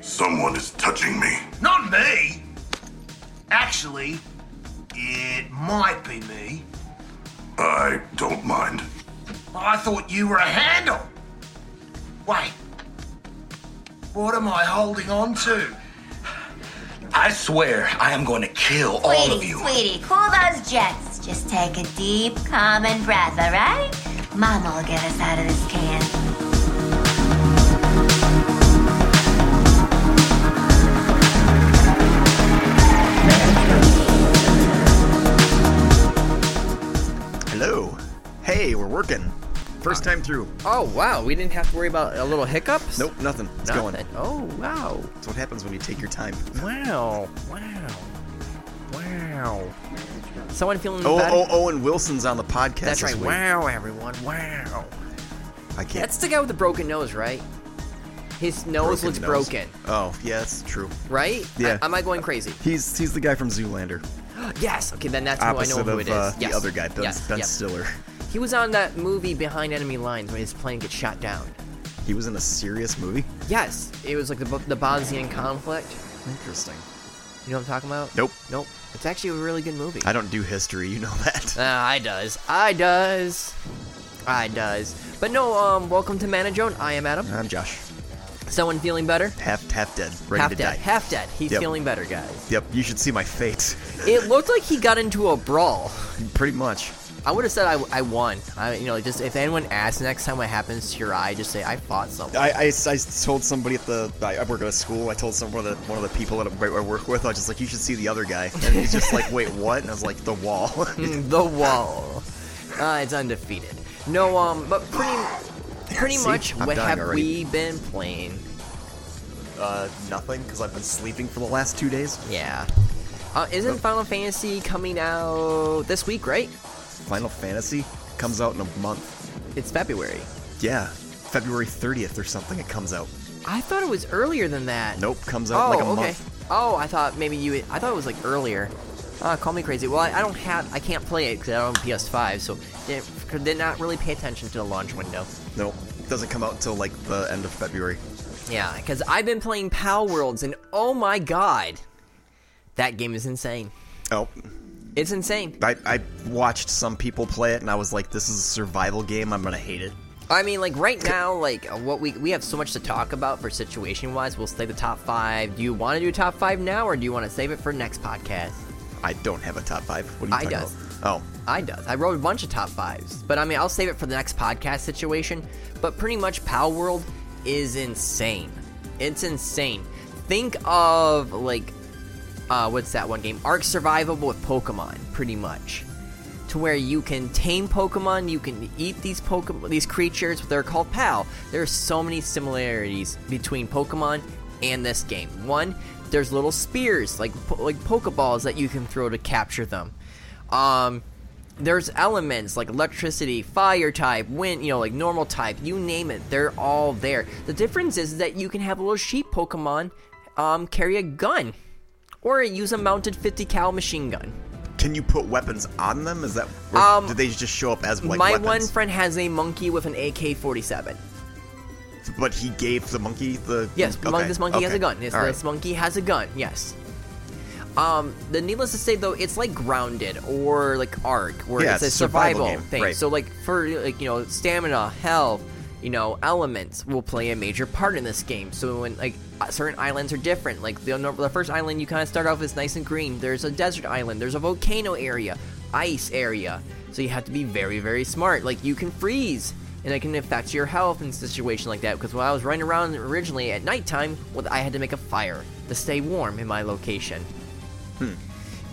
Someone is touching me. Not me! Actually, it might be me. I don't mind. I thought you were a handle. Wait. What am I holding on to? I swear I am going to kill all of Sweetie, you. sweetie, cool those jets. Just take a deep, calm, and breath, all right? Mama will get us out of this can. Hello. Hey, we're working. First time through. Oh wow, we didn't have to worry about a little hiccups. Nope, nothing. It's going. Nothing. Oh wow, That's what happens when you take your time. wow, wow, wow. Someone feeling Oh, bad? oh, Owen Wilson's on the podcast. That's this right. week. Wow, everyone. Wow. I can't. That's the guy with the broken nose, right? His nose looks nose. broken, Oh, yeah, that's true. right? Yeah. I- am I going crazy? He's he's the guy from Zoolander. yes. Okay, then that's who I know Opposite who of it is. uh, yes. the other guy, Ben, yes. ben yep. Stiller. He was on that movie Behind Enemy Lines when his plane gets shot down. He was in a serious movie. Yes, it was like the Bo- the Bosnian conflict. Interesting. You know what I'm talking about? Nope. Nope. It's actually a really good movie. I don't do history, you know that. Ah, I does. I does. I does. But no, um, welcome to Mana Joan. I am Adam. I'm Josh. Someone feeling better? Half half dead, ready half to dead. die. Half dead. He's Yep. feeling better, guys. Yep, you should see my fate. It looked like he got into a brawl. Pretty much. I would have said I, I won. I, you know, just if anyone asks next time what happens to your eye, just say I fought someone. I, I, I told somebody at the I I work at a school. I told some one of the one of the people that I I work with. I was just like, you should see the other guy, and he's just like, wait, what? And I was like, the wall. the wall. Uh, it's undefeated. No, um, but pretty, pretty See? much I'm what dying have already. we been playing? uh, nothing, because I've been sleeping for the last two days. Yeah. Uh, isn't Final Fantasy coming out this week, right? Final Fantasy comes out in a month. It's February. Yeah, February 30th or something. It comes out. I thought it was earlier than that. Nope, comes out Oh, in like a okay. month. Oh, I thought maybe you. I thought it was like earlier. Uh, call me crazy. Well, I, I don't have. I can't play it because I don't have a PS5, so didn't, could- did not really pay attention to the launch window. Nope, doesn't come out until like the end of February. Yeah, because I've been playing Pal Worlds, and oh my god, that game is insane. Oh, It's insane. I, I watched some people play it, and I was like, this is a survival game. I'm gonna hate it. I mean, like right now, like uh, what we we have so much to talk about for situation wise. We'll stay the top five. Do you want to do top five now, or do you want to save it for next podcast? I don't have a top five. What are you I talking does. about? Oh, I does. I wrote a bunch of top fives, but I mean, I'll save it for the next podcast situation. But pretty much, Pal World is insane. It's insane. Think of like, uh, what's that one game? Ark Survival with Pokemon, pretty much. To where you can tame Pokemon, you can eat these Pokemon, these creatures. They're called Pal. There's so many similarities between Pokemon and this game. One, there's little spears like po- like Pokeballs that you can throw to capture them. Um, there's elements like electricity, fire type, wind, you know, like normal type, you name it, they're all there. The difference is that you can have a little sheep Pokemon um, carry a gun or use a mounted 50 cal machine gun. Can you put weapons on them? Is that or Um, do they just show up as like My weapons? one friend has a monkey with an AK 47. but he gave the monkey the Yes, mon- Okay, this monkey has okay. a gun. Yes, All right. this monkey has a gun. Yes. Um, the needless to say though, it's like grounded or like arc, where Yeah, it's a it's a survival survival, game, thing. right. So like for like you know stamina, health, you know elements will play a major part in this game. So when like uh, certain islands are different, like the the first island you kind of start off is nice and green. There's a desert island. There's a volcano area, ice area. So you have to be very very smart. Like you can freeze. And it can affect your health in a situation like that. Because when I was running around originally at nighttime, well, I had to make a fire to stay warm in my location.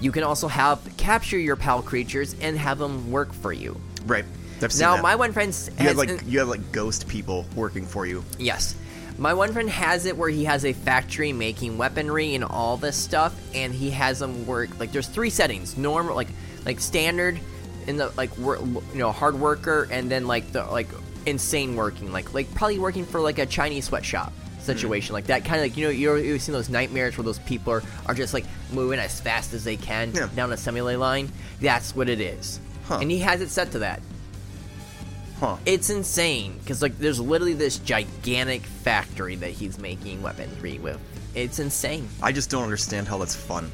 You can also have capture your pal creatures and have them work for you. right. I've seen Now, that. my one friend s- you has had like you had like ghost people working for you. yes, my one friend has it where he has a factory making weaponry and all this stuff, and he has them work like there's three settings: normal, like like standard, in the like wor- you know hard worker, and then like the like insane working, like like probably working for like a Chinese sweatshop Mm. situation like that kind of like you know you're, you've seen those nightmares where those people are, are just like moving as fast as they can Yeah. down a assembly line that's what it is Huh. and he has it set to that Huh. It's insane because like there's literally this gigantic factory that he's making weaponry with. It's insane. I just don't understand how that's fun.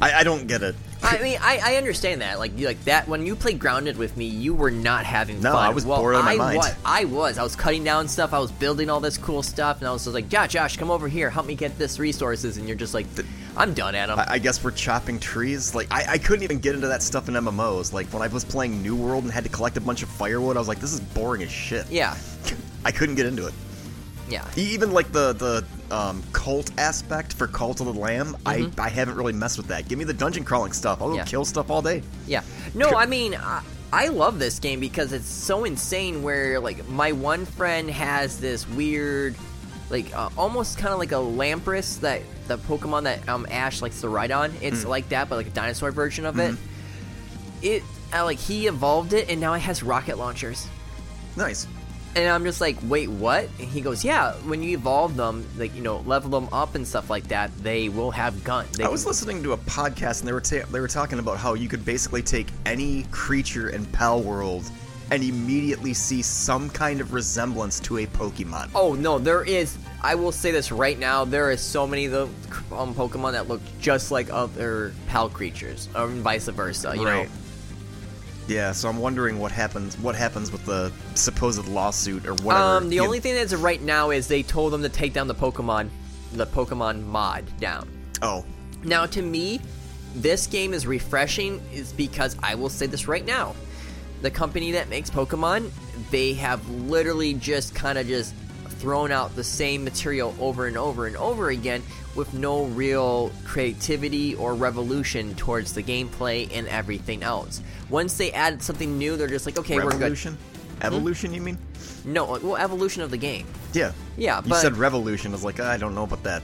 I, I don't get it. I mean, I, I understand that. Like, you, like that when you played Grounded with me, you were not having No, fun. I was well, bored out of my I mind. wa- I was. I was cutting down stuff. I was building all this cool stuff, and I was just like, "Yeah, Josh, come over here, help me get this resources." And you're just like, "I'm done, Adam." I, I guess we're chopping trees. Like I, I couldn't even get into that stuff in MMOs. Like when I was playing New World and had to collect a bunch of firewood, I was like, this is boring as shit. yeah, I couldn't get into it. yeah. E- Even like the the um, cult aspect for Cult of the Lamb, I I haven't really messed with that. Give me the dungeon crawling stuff. I'll go Mm-hmm. Yeah. kill stuff all day. Yeah. No, I mean, I, I love this game because it's so insane. Where like my one friend has this weird, like uh, almost kind of like a Lampris that the Pokemon that um Ash likes to ride on. Hmm. It's like that, but like a dinosaur version of it. It uh, like he evolved it, and now it has rocket launchers. Nice. And I'm just like, wait, what? And he goes, yeah. When you evolve them, like you know, level them up and stuff like that, they will have guns. They I was listening to a podcast and they were ta- they were talking about how you could basically take any creature in Pal World and immediately see some kind of resemblance to a Pokemon. Oh no, there is. I will say this right now: there is so many of the um, Pokemon that look just like other pal creatures, or vice versa. You Right. know, Yeah, so I'm wondering what happens what happens with the supposed lawsuit or whatever. um, the You- only thing that's right now is they told them to take down the Pokemon, the Pokemon mod down. Oh. Now, to me, this game is refreshing, is because I will say this right now: the company that makes Pokemon, they have literally just kind of just thrown out the same material over and over and over again with no real creativity or revolution towards the gameplay and everything else. Once they added something new, they're just like, okay, Revolution? Hmm? Evolution you mean? we're good. No, well, evolution of the game. Yeah. Yeah, You but- said revolution. I was like, I don't know about that.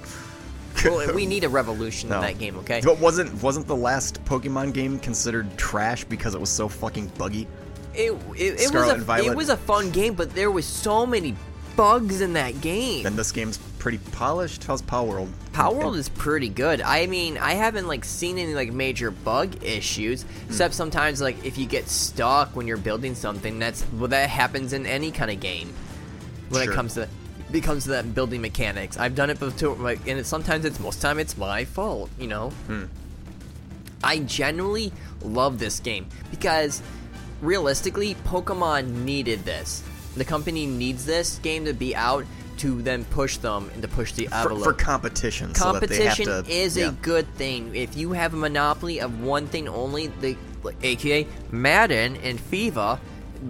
Well, we need a revolution in that game, okay? But wasn't wasn't the last Pokemon game considered trash because it was so fucking buggy? it, it, it was Scarlet a, and Violet. it was a fun game, but there was so many bugs in that game. Then this game's pretty polished. How's Power World? Power World is pretty good. I mean, I haven't like seen any like major bug issues, Hmm. except sometimes like if you get stuck when you're building something. That's well, that happens in any kind of game when Sure. it comes to becomes to that building mechanics. I've done it before, like, and it's, sometimes it's most time it's my fault. You know, Hmm. I genuinely love this game because realistically, Pokemon needed this. The company needs this game to be out to then push them and to push the for, envelope. for competition. Competition so that they have to, is yeah. a good thing. If you have a monopoly of one thing only, the aka Madden and FIFA,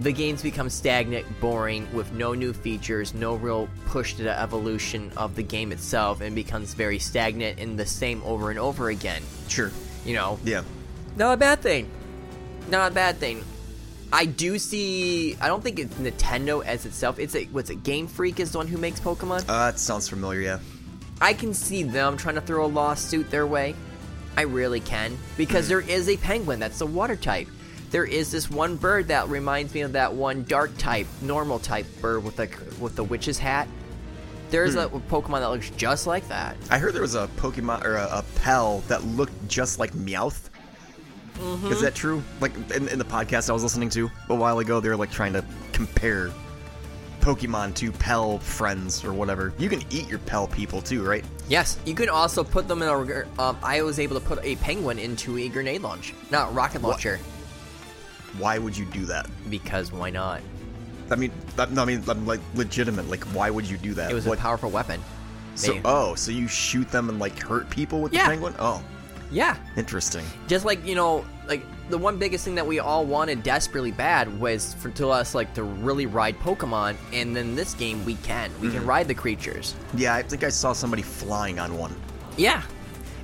the games become stagnant, boring, with no new features, no real push to the evolution of the game itself, and becomes very stagnant and the same over and over again. sure. You know, Yeah. not a bad thing. Not a bad thing. I do see. I don't think it's Nintendo as itself. It's a what's it? Game Freak is the one who makes Pokemon. Uh, that sounds familiar. Yeah. I can see them trying to throw a lawsuit their way. I really can. Because Hmm. there is a penguin that's a water type. There is this one bird that reminds me of that one dark type, normal type bird with a with the witch's hat. There's Hmm. a Pokemon that looks just like that. I heard there was a Pokemon or a, a Pell that looked just like Meowth. Mm-hmm. Is that true? Like in, in the podcast I was listening to a while ago, they were like trying to compare Pokemon to Pell friends or whatever. You can eat your Pell people too, right? Yes, you can also put them in a. gr- Um, I was able to put a penguin into a grenade launch, not rocket launcher, Why would you do that? because why not? I mean, I, no, I mean, I'm like legitimate. Like, why would you do that? It was what, a powerful weapon. So, They- oh, so you shoot them and like hurt people with Yeah. the penguin? Oh, yeah, interesting. just like you know like the one biggest thing that we all wanted desperately bad was for to us like to really ride pokemon and then this game we can we Mm-hmm. can ride the creatures Yeah, I think I saw somebody flying on one. yeah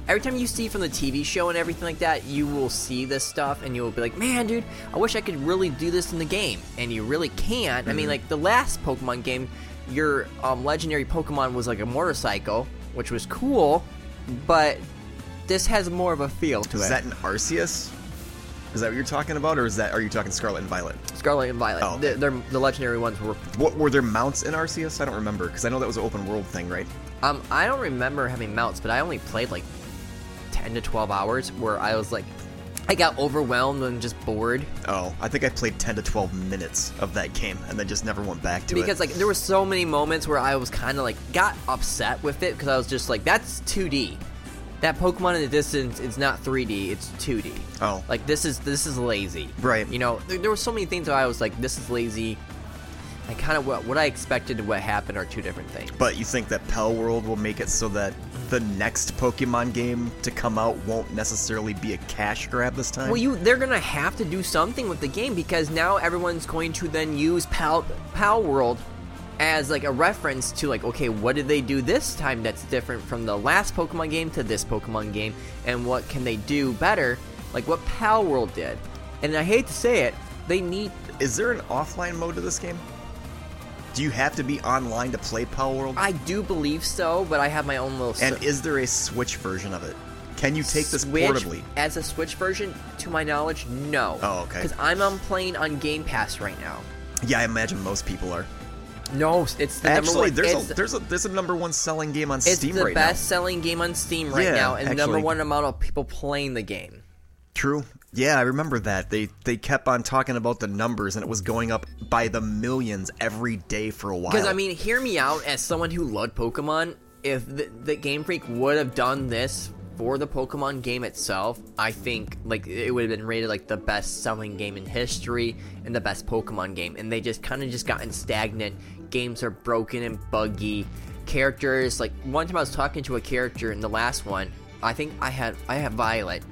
every time you see from the tv show and everything like that you will see this stuff and you'll be like man dude i wish i could really do this in the game and you really can't i Mm-hmm. mean like the last pokemon game your um, legendary pokemon was like a motorcycle which was cool but this has more of a feel to Is it that an Arceus? Is that what you're talking about, or is that are you talking Scarlet and Violet? Scarlet and Violet. Oh, okay. The- they're- the legendary ones were. What were there mounts in Arceus? I don't remember because I know that was an open world thing, right? Um, I don't remember having mounts, but I only played like ten to twelve hours, where I was like, I got overwhelmed and just bored Oh, I think I played 10 to 12 minutes of that game and then just never went back to because it. like there were so many moments where I was kind of like got upset with it because I was just like that's 2D. That Pokemon in the distance is not 3D, it's 2D. Oh. Like this is this is lazy. Right. You know, there, there were so many things that I was like this is lazy. I kind of what what I expected and what happened are two different things. But you think that Pell World will make it so that the next Pokemon game to come out won't necessarily be a cash grab this time? Well, you they're gonna have to do something with the game because now everyone's going to then use Pal Pal World as like a reference to like okay, what did they do this time that's different from the last Pokemon game to this Pokemon game, and what can they do better? Like what Pal World did, and I hate to say it, they need Is there an offline mode to this game? Do you have to be online to play Pell World? I do believe so, but I have my own little and s- is there a Switch version of it? Can you take this Switch portably? as a Switch version. To my knowledge, no. Oh, okay. Because I'm on playing on Game Pass right now. Yeah, I imagine most people are. No, it's the number Actually, one. there's it's- a there's a there's a number one selling game on It's Steam the right best selling game on Steam right Yeah, now, and number actually. one amount of people playing the game. now. True. Yeah, I remember that. They they kept on talking about the numbers, and it was going up by the millions every day for a while. Because I mean, hear me out. As someone who loved Pokemon, if the, the Game Freak would have done this for the Pokemon game itself, I think like it would have been rated like the best selling game in history and the best Pokemon game. And they just kind of just gotten stagnant. Games are broken and buggy. Characters like one time I was talking to a character in the last one. I think I had I had Violet,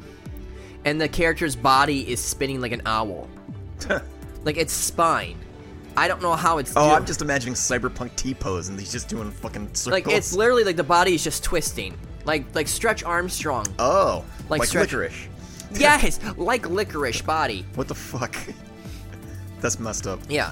and the character's body is spinning like an owl, like its spine. I don't know how it's. oh, doing- I'm just imagining Cyberpunk T pose, and he's just doing fucking circles. like it's literally like the body is just twisting, like like Stretch Armstrong. oh, like like, stretch- licorice. yes, like licorice body. What the fuck? That's messed up. Yeah.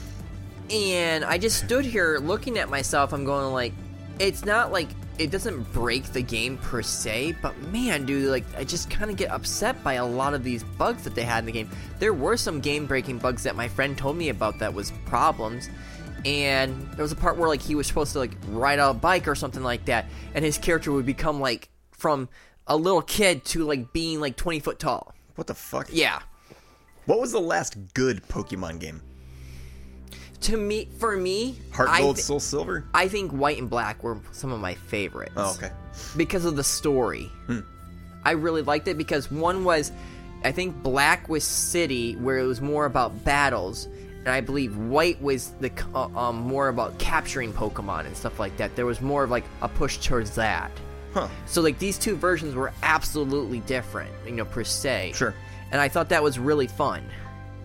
And I just stood here looking at myself. I'm going like, it's not like it doesn't break the game per se, but man, dude, like I just kind of get upset by a lot of these bugs that they had in the game. There were some game-breaking bugs that my friend told me about that was problems. And there was a part where like he was supposed to like ride a bike or something like that, and his character would become like from a little kid to like being like 20 foot tall. What the fuck? Yeah. What was the last good Pokemon game? To me, for me, Heart I Gold, thi- Soul Silver. I think White and Black were some of my favorites. Oh, okay. Hmm. Because of the story. I really liked it because one was, I think Black was City, where it was more about battles, and I believe White was the c- uh, um, more about capturing Pokemon and stuff like that. There was more of like a push towards that. Huh. So like these two versions were absolutely different, you know, per se. Sure. And I thought that was really fun.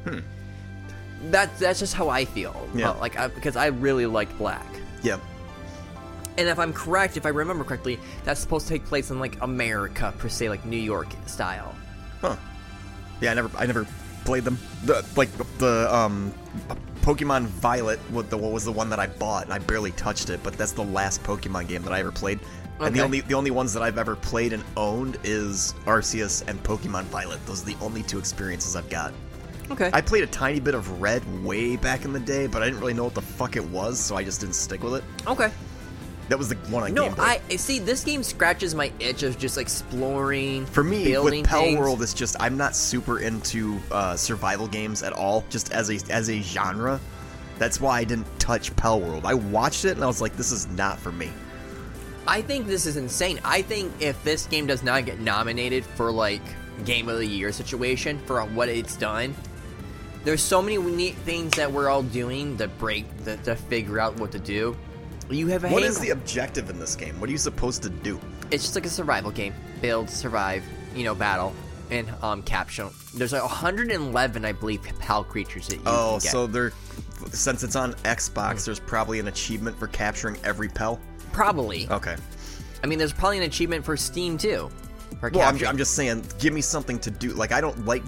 Hmm. That that's just how I feel. Yeah. about, like I, because I really liked Black. Yeah. And if I'm correct, if I remember correctly, that's supposed to take place in like America per se, like New York style. Huh. Yeah, I never, I never played them. The like the um, Pokemon Violet. What the what was the one that I bought and I barely touched it. But that's the last Pokemon game that I ever played. And the Okay. only the only ones that I've ever played and owned is Arceus and Pokemon Violet. Those are the only two experiences I've got. Okay. I played a tiny bit of Red way back in the day, but I didn't really know what the fuck it was, so I just didn't stick with it. okay. That was the one I No, Game Boy. I see. This game scratches my itch of just exploring. For me, building with Pell things. World, it's just I'm not super into uh, survival games at all, just as a as a genre. That's why I didn't touch Pell World. I watched it and I was like, this is not for me. I think this is insane. I think if this game does not get nominated for like Game of the Year situation for what it's done, there's so many neat things that we're all doing to break the, to figure out what to do. You have a What hang- is the objective in this game? What are you supposed to do? it's just like a survival game. Build, survive, you know, battle, and um, capture. There's like 111, I believe, pal creatures that you Oh, can get. so they're since it's on Xbox, there's probably an achievement for capturing every Pell. probably. Okay. I mean, there's probably an achievement for Steam too. For Well, I'm, capturing. I'm just saying, give me something to do. Like I don't like.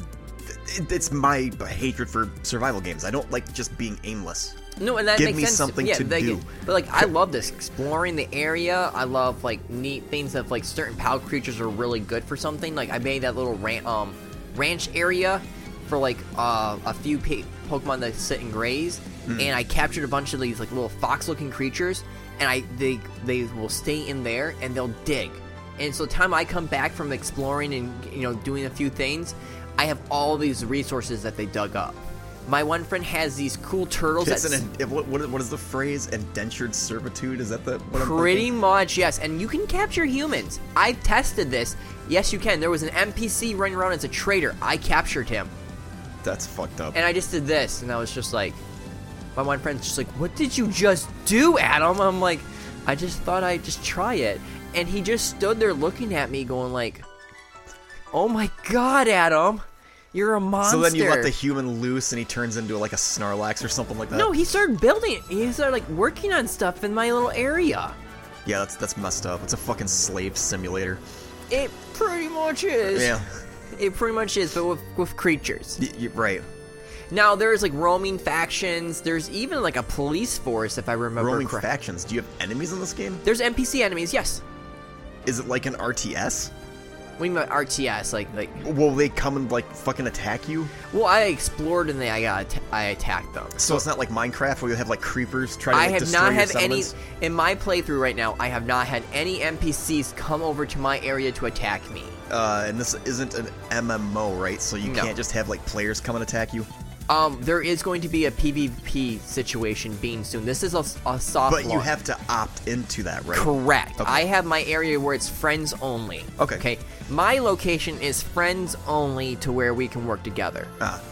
It, it's my hatred for survival games. I don't like just being aimless. No, and that Give makes me sense. something yeah, to like, do. But like, I love this exploring the area. I love like neat things of like certain pal creatures are really good for something. Like I made that little ran- um ranch area for like uh, a few pa- Pokemon that sit and graze, Hmm. and I captured a bunch of these like little fox-looking creatures, and I they they will stay in there and they'll dig. And so, the time I come back from exploring and you know doing a few things, I have all these resources that they dug up. My one friend has these cool turtles. It's that an, what, what is- what is the phrase? Indentured servitude? Is that the what I'm Pretty thinking? much, yes. And you can capture humans. I tested this. Yes, you can. There was an NPC running around as a traitor. I captured him. That's fucked up. And I just did this. And I was just like, my one friend's just like, What did you just do, Adam? I'm like, I just thought I'd just try it. And he just stood there looking at me, going, like, Oh my god, Adam. You're a monster. so then you let the human loose, and he turns into like a Snarlax or something like that. No, he started building. He started like working on stuff in my little area. yeah, that's that's messed up. It's a fucking slave simulator. It pretty much is. Yeah, It pretty much is, but with, with creatures. Y- y- right. Now there's like roaming factions. There's even like a police force, if I remember Rolling correctly. factions. Do you have enemies in this game? There's NPC enemies. Yes. Is it like an RTS? We mean by RTS, like like. Will they come and like fucking attack you? Well, I explored and they I got att- I attacked them. So it's not like Minecraft where you have like creepers trying to I like, have destroy not your had any settlements? in my playthrough right now. I have not had any NPCs come over to my area to attack me. Uh, and this isn't an MMO, right? So you No. can't just have like players come and attack you. Um, there is going to be a PvP situation being soon. This is a, a soft But you launch. have to opt into that, right? Correct. Okay. I have my area where it's friends only. Okay. Okay. My location is friends only to where we can work together. Ah.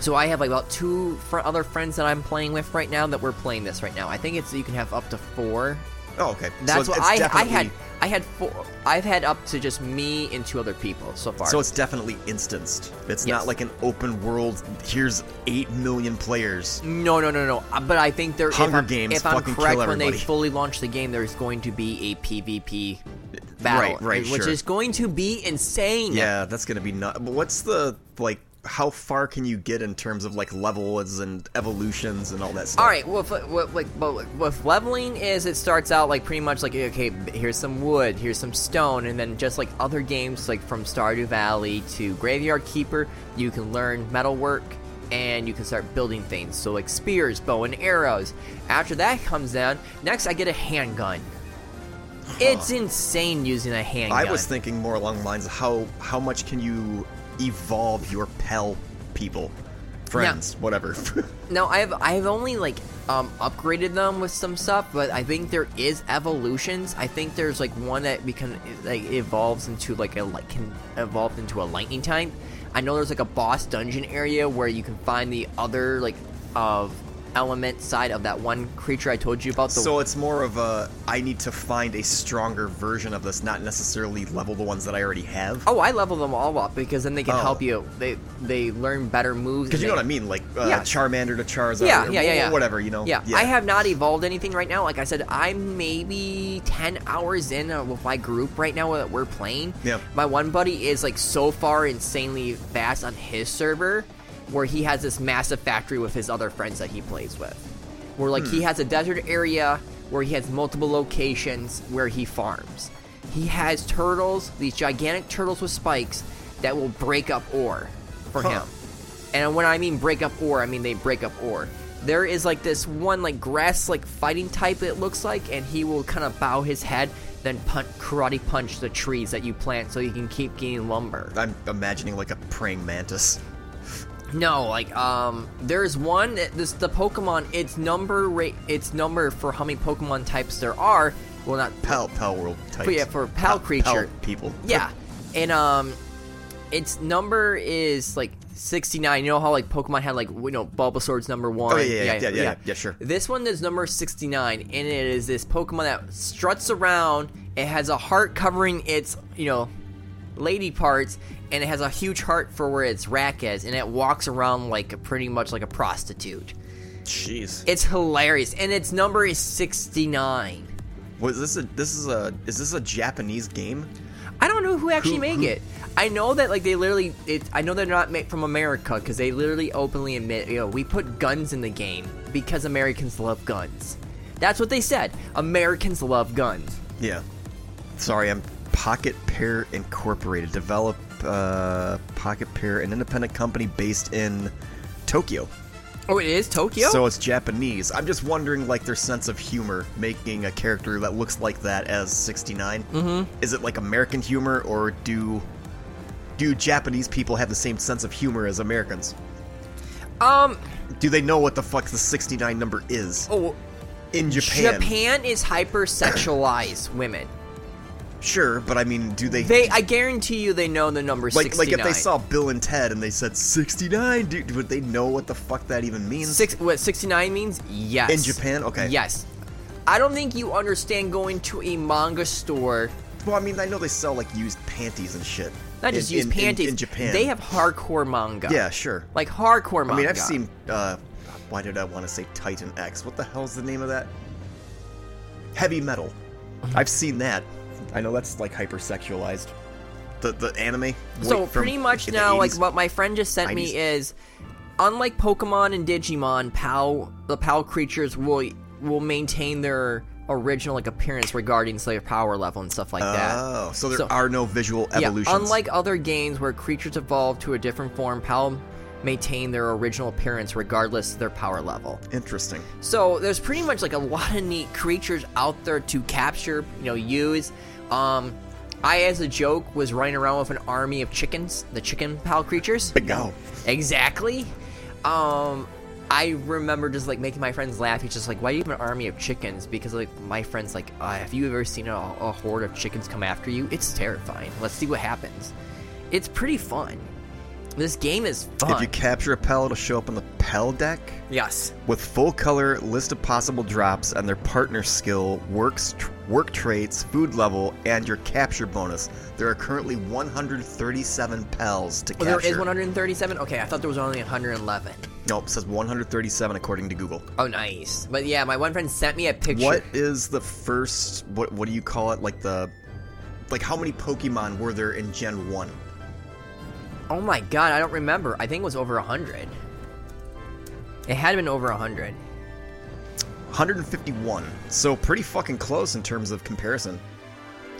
So I have like about two fr- other friends that I'm playing with right now that we're playing this right now. I think it's you can have up to four. Oh, okay. That's so what it's I I definitely- had. I had four. I've had up to just me and two other people so far. So it's definitely instanced. It's Yes. not like an open world. Here's eight million players. No, no, no, no. Uh, But I think there. Hunger if I'm, Games If I'm fucking correct, kill when they everybody. fully launch the game, there's going to be a PvP battle, Right, right, which sure. is going to be insane. Yeah, that's gonna be nuts. But what's the like? How far can you get in terms of like levels and evolutions and all that stuff? All right. Well, f- what, like, but like, with leveling is it starts out like pretty much like okay, here's some wood, here's some stone, and then just like other games like from Stardew Valley to Graveyard Keeper, you can learn metalwork and you can start building things. So like spears, bow and arrows. After that comes down, next I get a handgun. It's insane using a handgun. I was thinking more along the lines of how how much can you evolve your pal people, friends, whatever. No, I've I've only like um upgraded them with some stuff, but I think there is evolutions. I think there's like one that become like evolves into like a like can evolve into a lightning type. I know there's like a boss dungeon area where you can find the other like of element side of that one creature I told you about. The so it's more of a I need to find a stronger version of this, not necessarily level the ones that I already have. oh, I level them all up because then they can Oh. help you. They they learn better moves. Because you and know they- what I mean, like uh, Yeah. Charmander to Charizard, yeah, or yeah, yeah, yeah. whatever, you know. Yeah. I have not evolved anything right now. Like I said, I'm maybe ten hours in uh, with my group right now that we're playing. Yeah. My one buddy is like so far insanely fast on his server, where he has this massive factory with his other friends that he plays with. Where like he has a desert area where he has multiple locations where he farms. He has turtles, these gigantic turtles with spikes that will break up ore for Huh. him. And when I mean break up ore, I mean they break up ore. There is like this one like grass like fighting type it looks like, and he will kind of bow his head, then punch, karate punch the trees that you plant so you can keep getting lumber. I'm imagining like a praying mantis. No, like um, there's one. that- This the Pokemon. Its number rate. Its number for how many Pokemon types there are. Well, not Pal, pal world type. yeah, for pal creature. people. Yeah, and um, its number is like sixty nine. You know how like Pokemon had like you know Bulbasaur's number one. Oh, yeah, yeah, yeah, yeah, yeah, yeah, sure. This one is number sixty nine, and it is this Pokemon that struts around. It has a heart covering its you know lady parts, and it has a huge heart for where its rack is, and it walks around like pretty much like a prostitute. Jeez. It's hilarious, and its number is sixty nine. Was this a this is a is this a Japanese game? I don't know who actually Who- made who- it. I know that like they literally. It, I know they're not made from America because they literally openly admit, you know, we put guns in the game because Americans love guns. That's what they said. Americans love guns. Yeah. Sorry, I'm Pocket Pair Incorporated, develop uh, Pocket Pair, an independent company based in Tokyo. Oh, it is Tokyo. So it's Japanese. I'm just wondering, like their sense of humor, making a character that looks like that as 69. Mm-hmm. Is it like American humor, or do do Japanese people have the same sense of humor as Americans? Um, Do they know what the fuck the 69 number is oh, in Japan? Japan, is hypersexualized women. Sure, but I mean, do they They, I guarantee you, they know the number like 69. like if they saw Bill and Ted and they said 69, dude, would they know what the fuck that even means? Six, what 69 means? Yes. In Japan? Okay. Yes. I don't think you understand going to a manga store. Well, I mean, I know they sell like used panties and shit. Not in- just use in- in- panties. in, Japan. They have hardcore manga. Yeah, sure. Like oh, hardcore manga. I mean, I've seen. Uh, why did I want to say Titan X? What the hell's the name of that? Heavy metal. Mm-hmm. I've seen that. I know that's like hypersexualized. The the anime. So way from pretty much in the now, like 80s. what my friend just sent me 90s. is, unlike Pokemon and Digimon, PAL the PAL creatures will will maintain their original like appearance regarding say power level and stuff like that. Oh, so there So- are no visual evolutions. Yeah, unlike other games where creatures evolve to a different form, PAL maintain their original appearance regardless of their power level. Interesting. So there's pretty much like a lot of neat creatures out there to capture, you know, use. Um, I, as a joke, was running around with an army of chickens, the chicken pal creatures. Bingo. Exactly. Um, I remember just like making my friends laugh. He's just like, "Why do you have an army of chickens?" Because like my friends like, uh, "Have you ever seen a, a horde of chickens come after you? It's terrifying. Let's see what happens." It's pretty fun. This game is fun. If you capture a Pel, it'll show up on the Pel deck yes. with full color list of possible drops and their partner skill, works, work traits, food level, and your capture bonus. There are currently 137 Pels to Oh, capture. there is 137. Okay, I thought there was only 111. Nope, it says 137 according to Google. Oh, nice. But yeah, my one friend sent me a picture. What is the first? What what do you call it? Like the, like how many Pokemon were there in Gen One? Oh my god, I don't remember. I think it was over 100. It had been over 100. 151. So pretty fucking close in terms of comparison.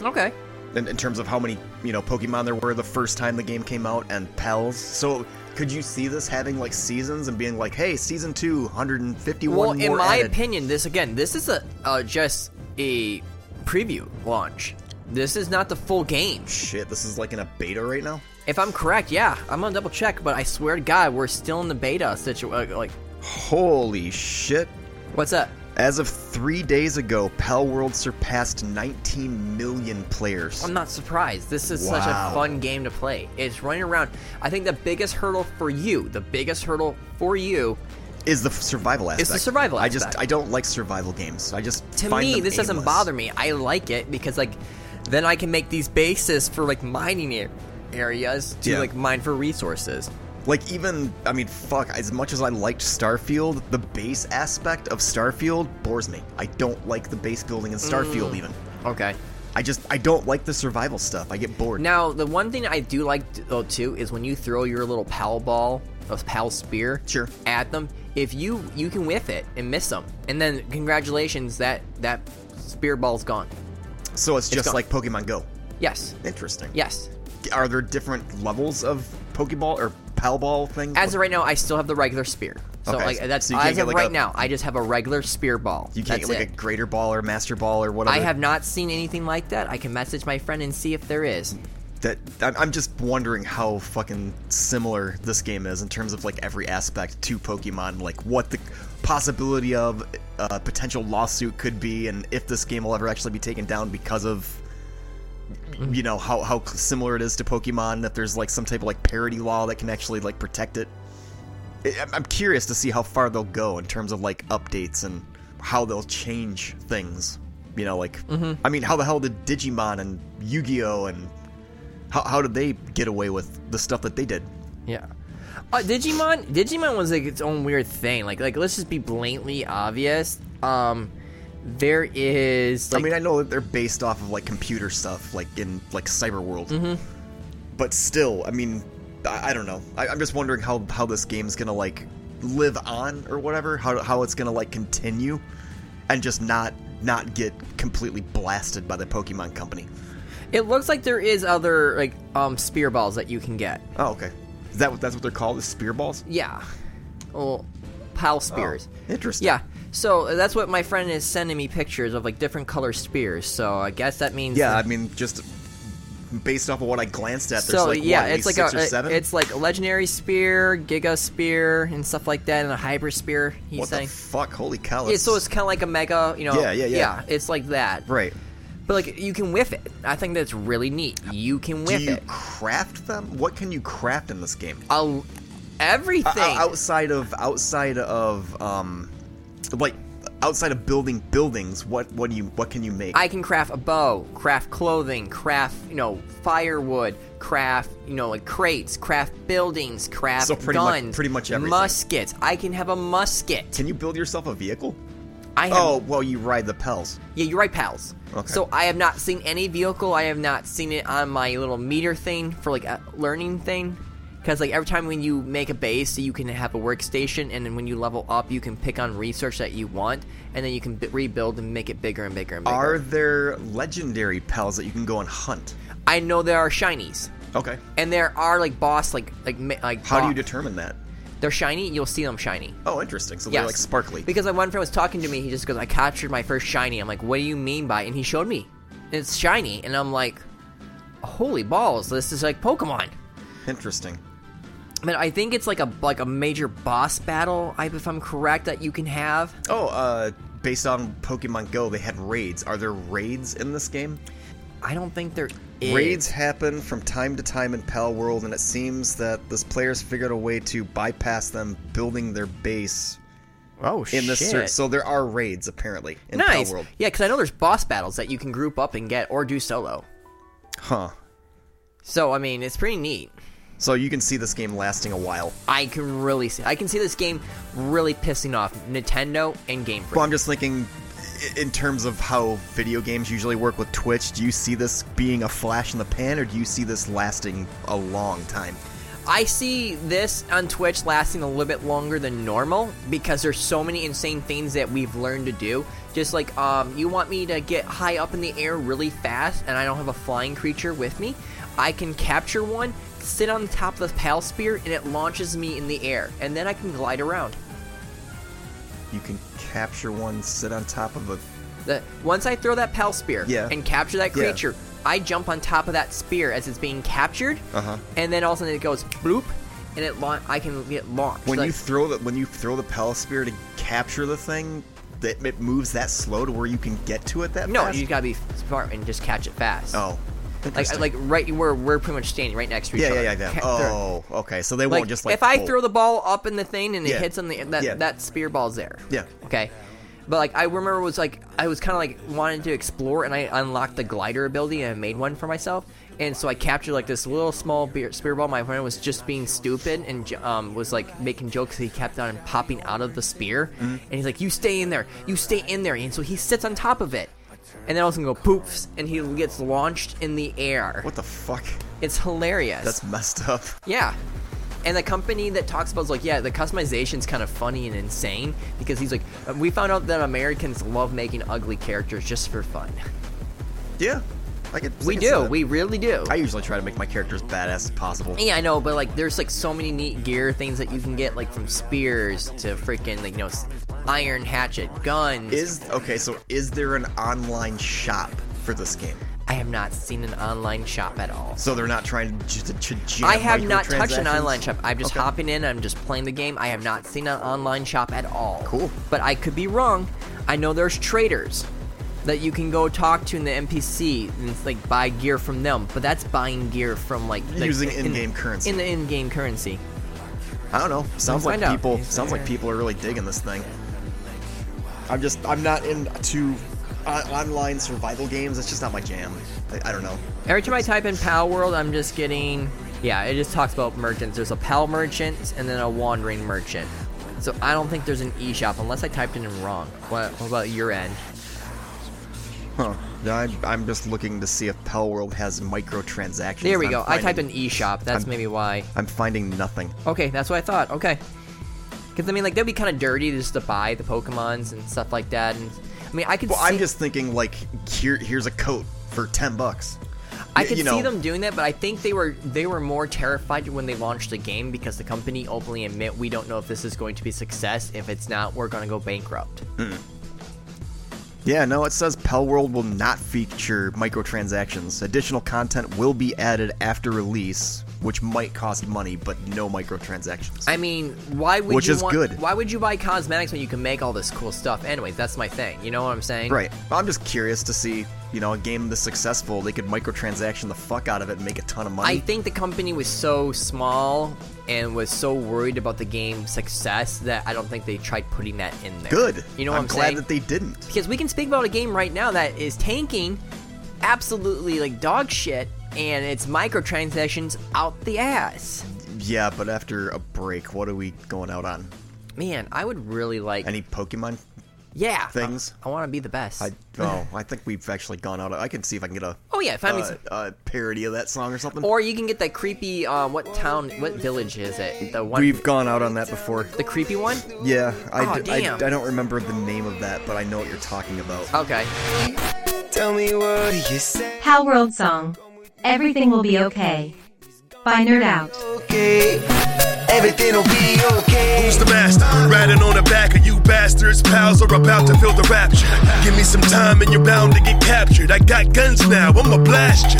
Okay. in, in terms of how many you know Pokemon there were the first time the game came out and pals. So could you see this having like seasons and being like, hey, season two, 151 Well, more in my added. opinion, this again, this is a uh, just a preview launch. This is not the full game. Shit, this is like in a beta right now. If I'm correct, yeah, I'm gonna double check. But I swear to God, we're still in the beta situation. Like, Holy shit! what's up? As of three days ago, Pal World surpassed 19 million players. I'm not surprised. This is such Wow. a fun game to play. It's running around. I think the biggest hurdle for you, the biggest hurdle for you, Is the f- survival aspect? It's the survival I just aspect. I don't like survival games. I just to find me, them this doesn't aimless. bother me. I like it because like then I can make these bases for like mining ar- areas to Yeah. like mine for resources. Like even I mean fuck, as much as I liked Starfield, the base aspect of Starfield bores me. I don't like the base building in Starfield Mm. even. Okay. I just I don't like the survival stuff. I get bored. Now, the one thing I do like though too is when you throw your little pal ball, a pal spear, Sure. at them. If you you can whiff it and miss them, and then congratulations, that that spear ball's gone. so it's just gone. like Pokemon Go. Yes. Interesting. Yes. Are there different levels of Pokeball or Palball thing? As of right now, I still have the regular spear. So Okay. like that's So you can't as get, of like, right a- now, I just have a regular spear ball. you can't that's get it. like a greater ball or master ball or whatever. I have not seen anything like that. I can message my friend and see if there is. that I'm I'm just wondering how fucking similar this game is in terms of like every aspect to Pokemon, like what the possibility of uh, potential lawsuit could be, and if this game will ever actually be taken down because of you know how how similar it is to Pokemon. If there's like some type of like parody law that can actually like protect it, I- I'm- I'm curious to see how far they'll go in terms of like updates and how they'll change things. You know, like I mean, how the hell did Digimon and Yu-Gi-Oh and how, how did they get away with the stuff that they did? Yeah. Uh, Digimon, Digimon was like its own weird thing. Like, like let's just be blatantly obvious. Um, there is. Like, I mean, I know that they're based off of like computer stuff, like in like Cyber World, but still, I mean, I, I don't know. I, I'm just wondering how how this game's gonna like live on or whatever. How how it's gonna like continue, and just not not get completely blasted by the Pokemon company. it looks like there is other like um spear balls that you can get. Oh, okay. Is that what that's what they're called? The spear balls? Yeah. Well, pal spears. Oh, Interesting. Yeah. So uh, that's what my friend is sending me pictures of like different color spears. So I guess that means Yeah, I that- mean, just based off of what I glanced at. There's So like, yeah, what, it's maybe like six a or seven. it's like a legendary spear, giga spear, and stuff like that, and a hyper spear. He's what saying. the fuck? Holy cow! yeah, so it's kind of like a mega, you know. Yeah, yeah, yeah. it's like that. right. But like you can whiff it. I think that's really neat. You can Do whiff you it. craft them? What can you craft in this game? I'll, everything. O- outside of outside of um, like outside of building buildings, what what do you what can you make? I can craft a bow, craft clothing, craft, you know, firewood, craft, you know, like crates, craft buildings, craft So pretty much- guns, pretty much everything. muskets. I can have a musket. can you build yourself a vehicle? I have, Oh well, you ride the pels. yeah, you're right, pals. Okay. So I have not seen any vehicle. I have not seen it on my little meter thing for like a learning thing. Because like every time when you make a base, you can have a workstation, and then when you level up, you can pick on research that you want, and then you can b- rebuild and make it bigger and bigger and bigger. Are there legendary pels that you can go and hunt? I know there are shinies. Okay. and there are like boss like like ma- like How do you boss- determine that? they're shiny you'll see them shiny Oh, interesting. So yeah they're like sparkly. because my one friend was talking to me he just goes i captured my first shiny i'm like what do you mean by and he showed me and it's shiny and i'm like holy balls this is like pokemon interesting. but i think it's like a like a major boss battle I- if i'm correct that you can have Oh, uh, based on Pokemon Go, they had raids. Are there raids in this game? i don't think there is Raids happen from time to time in Pal World, and it seems that this player's figured a way to bypass them building their base oh in this shit. search. So there are raids apparently in nice Pal World. yeah because i know there's boss battles that you can group up and get or do solo Huh. so i mean it's pretty neat So you can see this game lasting a while. I can really see. I can see this game really pissing off Nintendo and Game Freak. Well, I'm just thinking i- in terms of how video games usually work with Twitch, do you see this being a flash in the pan or do you see this lasting a long time? I see this on Twitch lasting a little bit longer than normal because there's so many insane things that we've learned to do. Just like, um, you want me to get high up in the air really fast, and I don't have a flying creature with me. I can capture one, sit on the top of the pal spear, and it launches me in the air, and then I can glide around. You can capture one, sit on top of a The, once I throw that pal spear Yeah. and capture that Yeah. creature, I jump on top of that spear as it's being captured, Uh-huh. and then all of a sudden it goes bloop, and it laun- I can get launched. when Like, you throw the when you throw the pal spear to capture the thing, that it moves that slow to where you can get to it that no, fast? you gotta be smart and just catch it fast. Oh. like Interesting. like right where we're pretty much standing right next to each yeah, other. yeah, yeah, yeah. Ca- they're- Oh, okay. So they like, won't just like if I bolt. throw the ball up in the thing and it Yeah. hits on the that Yeah. that spear ball's there. Yeah. Okay. But like I remember was like I was kind of like wanting to explore and I unlocked the glider ability and I made one for myself and so I captured like this little small beer, spear ball. My friend was just being stupid and j- um, was like making jokes. He kept on popping out of the spear Mm-hmm. and he's like, "You stay in there, you stay in there." And so he sits on top of it and then all of a sudden go poofs and he gets launched in the air. What the fuck? It's hilarious. That's messed up. Yeah. And the company that talks about is like, yeah, the customization's kind of funny and insane because he's like, "Um, we found out that Americans love making ugly characters just for fun. Yeah. I could, I We could see do, that. we really do. I usually try to make my character as badass as possible. yeah, I know, but like, there's like so many neat gear things that you can get, like from spears to freaking like, you know, s- iron hatchet, guns. Is okay, so is there an online shop for this game? I have not seen an online shop at all. So they're not trying to, to, to jam I have not touched an microtransactions? online shop. I'm just Okay. hopping in. I'm just playing the game. I have not seen an online shop at all. Cool. But I could be wrong. I know there's traders that you can go talk to in the NPC and like buy gear from them. But that's buying gear from like the- Using in-game currency. In the in-game currency. I don't know. Sounds like find out. people. Sounds like people are really digging this thing. I'm just. I'm not into uh, online survival games. It's just not my jam. I, I don't know. Every time I type in Pal World, I'm just getting. Yeah, it just talks about merchants. There's a Pal merchant and then a Wandering merchant. So I don't think there's an e-shop unless I typed it in wrong. What, what about your end? Huh? I'm, I'm just looking to see if Pell World has microtransactions. There we I'm go. I typed in finding- e-shop. That's I'm- maybe why. I'm finding nothing. Okay, that's what I thought. Okay. Because, I mean, like, that'd be kind of dirty just to buy the Pokemons and stuff like that. And I mean, I could Well, see, I'm just thinking like here. Here's a coat for ten bucks. I Y- could you know. see them doing that, but I think they were they were more terrified when they launched the game because the company openly admit Mm-hmm. we don't know if this is going to be a success. If it's not, we're going to go bankrupt. Yeah, no, it says Pell World will not feature microtransactions. Additional content will be added after release, which might cost money, but no microtransactions. I mean, why would Which you is want, good. Why would you buy cosmetics when you can make all this cool stuff? Anyways, that's my thing. You know what I'm saying? right. I'm just curious to see, you know, a game this successful, they could microtransaction the fuck out of it and make a ton of I money. think the company was so small and was so worried about the game's success that I don't think they tried putting that in there. good. You know what I'm I'm, glad saying? that they didn't. because we can speak about a game right now that is tanking absolutely like dog shit and it's microtransactions out the ass. Yeah, but after a break, what are we going out on? Man, I would really like Any Pokemon? yeah things? I, want to be the best. I oh, I think we've actually gone out. Of, I can see if I can get a oh yeah, if I'm uh, a parody of that song or something. or you can get that creepy um what town what village is it? The one we've gone out on that before. the creepy one? Yeah, I, Aw, d- I- damn. Uh, I don't remember the name of that, but I know what you're talking about. Okay. Pal World Song. Everything will be okay. By Nerd Out. Who's the master? Riding on the back of you bastards. Pals are about to feel the rapture. Give me some time and you're bound to get captured. I got guns now, I'ma blast you.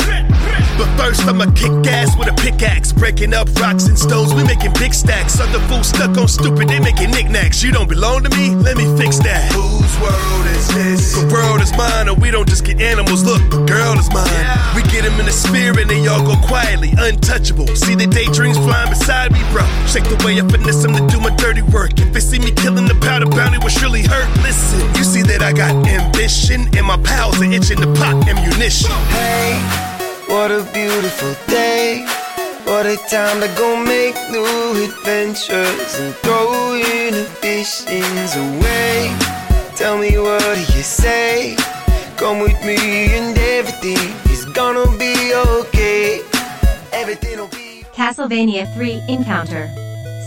But first, I'ma kick ass with a pickaxe. Breaking up rocks and stones, we making big stacks. Other fools stuck on stupid, they making knickknacks. You don't belong to me, let me fix that. Whose world is this? The world is mine, and we don't just get animals. Look, the girl is mine. We get him in the spirit and they all go quietly, untouchable. See the daydreams flying beside me, bro. Shake the way I finesse them to do my dirty work. If they see me killing the powder bounty, will surely hurt. Listen, you see that I got ambition, and my pals are itching to pop ammunition. Hey, what a beautiful day. What a time to go make new adventures and throw inhibitions away. Tell me what do you say? Come with me and everything is gonna be okay. Everything will be Castlevania 3 Encounter.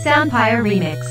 Soundfire Remix.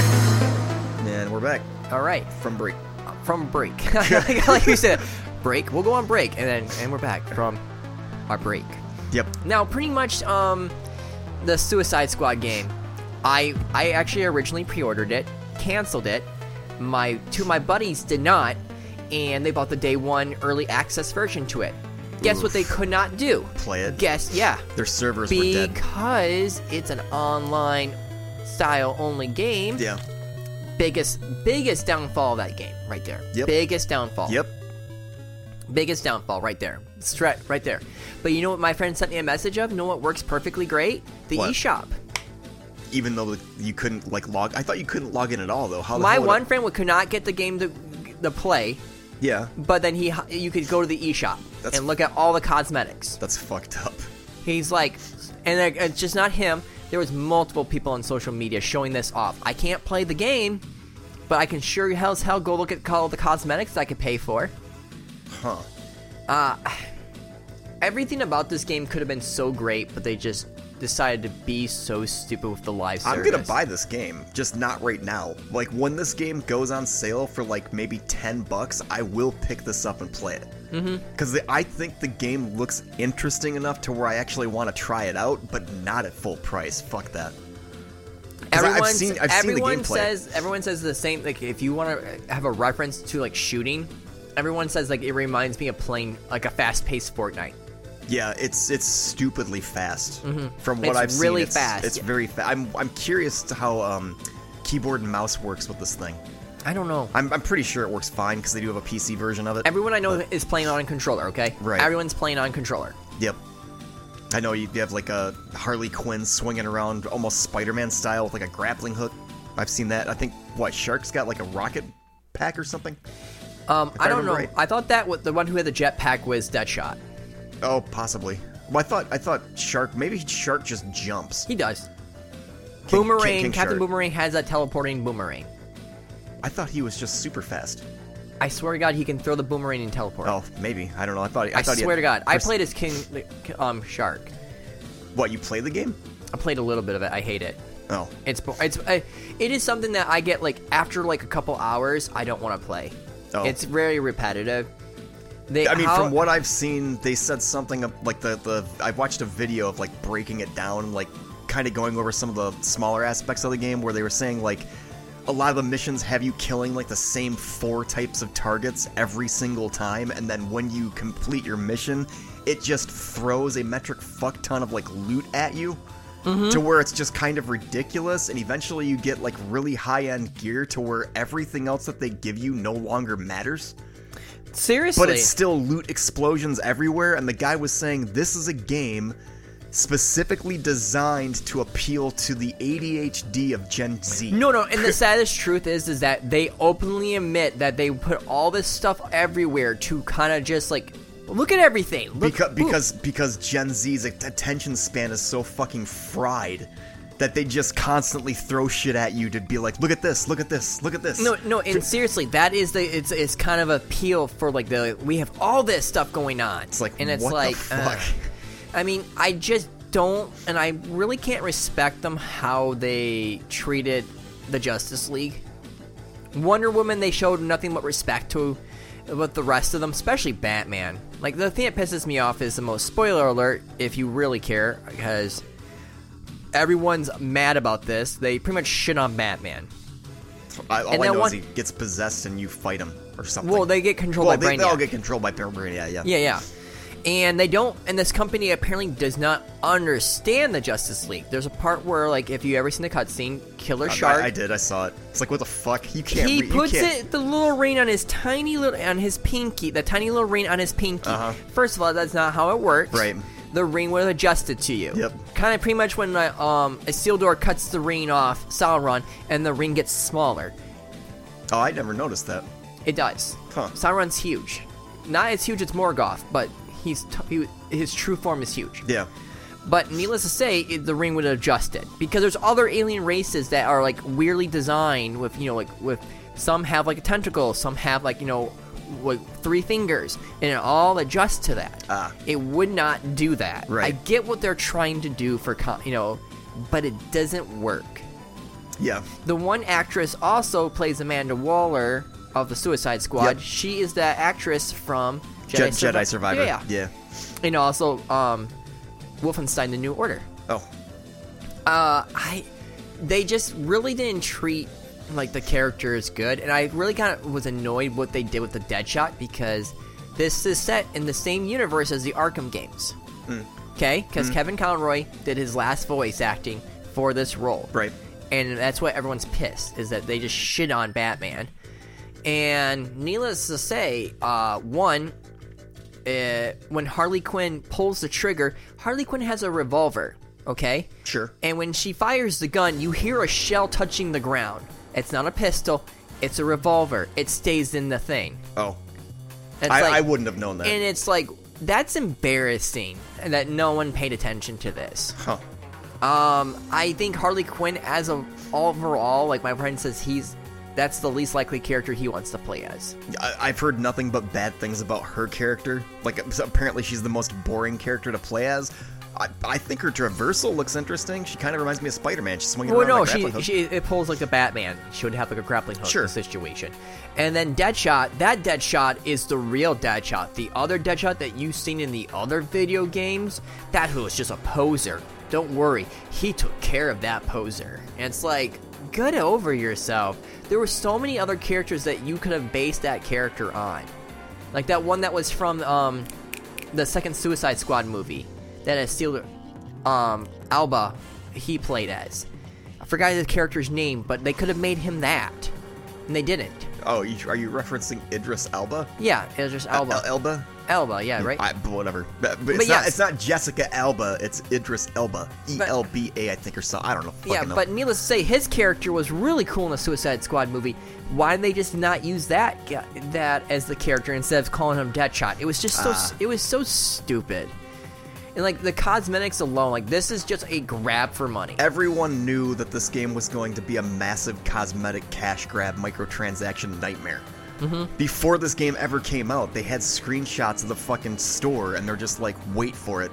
And we're back All right. from break. From break. like, like you said, break. We'll go on break and then and we're back from our break. Yep. Now, pretty much, um, the Suicide Squad game. I I actually originally pre-ordered it, canceled it. My two of my buddies did not, and they bought the day one early access version to it. Guess what they could not do? Play it. Guess yeah. Their servers were dead. Because it's an online style only game. Yeah. Biggest biggest downfall of that game right there. Yep. Biggest downfall. Yep. Biggest downfall right there. Strat right there. But you know what my friend sent me a message of? You know what works perfectly great? The What? eShop. Even though the- you couldn't like log, I thought you couldn't log in at all though. How the My hell would one it- friend would- could not get the game to, the play, yeah, but then he you could go to the eShop That's- and look at all the cosmetics. that's fucked up. He's like, and there- it's just not him. There was multiple people on social media showing this off. I can't play the game, but I can sure hell as hell go look at all the cosmetics I could pay for. Huh. Uh, everything about this game could have been so great, but they just decided to be so stupid with the live service. I'm gonna buy this game, just not right now. Like when this game goes on sale for like maybe ten bucks, I will pick this up and play it. Mm-hmm. Because mm I think the game looks interesting enough to where I actually want to try it out, but not at full price. Fuck that. 'Cause I- I've Everyone, seen- I've seen the everyone gameplay. says everyone says the same. Like if you want to have a reference to like shooting, everyone says like it reminds me of playing like a fast-paced Fortnite. Yeah, it's it's stupidly fast. From what Mm-hmm. It's I've seen, really it's, fast, It's yeah. very fast. I'm I'm curious to how um, keyboard and mouse works with this thing. I don't know. I'm, I'm pretty sure it works fine because they do have a PC version of it. Everyone I know is playing on controller. Okay, Right. Everyone's playing on controller. Yep. I know you you have like a Harley Quinn swinging around almost Spider-Man style with like a grappling hook. I've seen that. I think what Shark's got like a rocket pack or something. Um, I I don't know. remember right. I thought that wa- the one who had the jetpack was Deadshot. Oh, possibly. Well, I thought I thought Shark maybe Shark just jumps. He does. boomerang. King- King Captain Shark. Oh, um, Oh. uh, uh, Oh, Oh, Oh. uh, um, um, uh, That's the least likely character he wants to play as. I- I've heard nothing but bad things about her character. Like, uh, apparently, she's the most boring character to play as. I, I think her traversal looks interesting. She kind of reminds me of Spider Man. She's swinging around Well, no, like a grappling she, hook. she it pulls like the Batman. She would have like a grappling hook Sure. situation, and then Deadshot. That Deadshot is the real Deadshot. The other Deadshot that you've seen in the other video games, that who is just a poser. Don't worry, he took care of that poser. And it's like, get over yourself. There were so many other characters that you could have based that character on, like that one that was from um, the second Suicide Squad movie that a Steeler, um, Alba, he played as. I forgot the character's name, but they could have made him that, and they didn't. Oh, you, are you referencing Idris Elba? Yeah, it was just Alba. El- Elba? Elba, yeah, right. Mm, I, but whatever. But, but it's, But not, yes. it's not Jessica Alba. It's Idris Elba. E But- L B A, I think, or so. I don't know. yeah, Fucking know. but needless to say, his character was really cool in the Suicide Squad movie. Why did they just not use that ga- that as the character instead of calling him Deadshot? It was just Ah. so s it was so stupid. And like the cosmetics alone, like this is just a grab for money. Everyone knew that this game was going to be a massive cosmetic cash grab microtransaction nightmare. Before this game ever came out, they had screenshots of the fucking store, and they're just like, wait for it.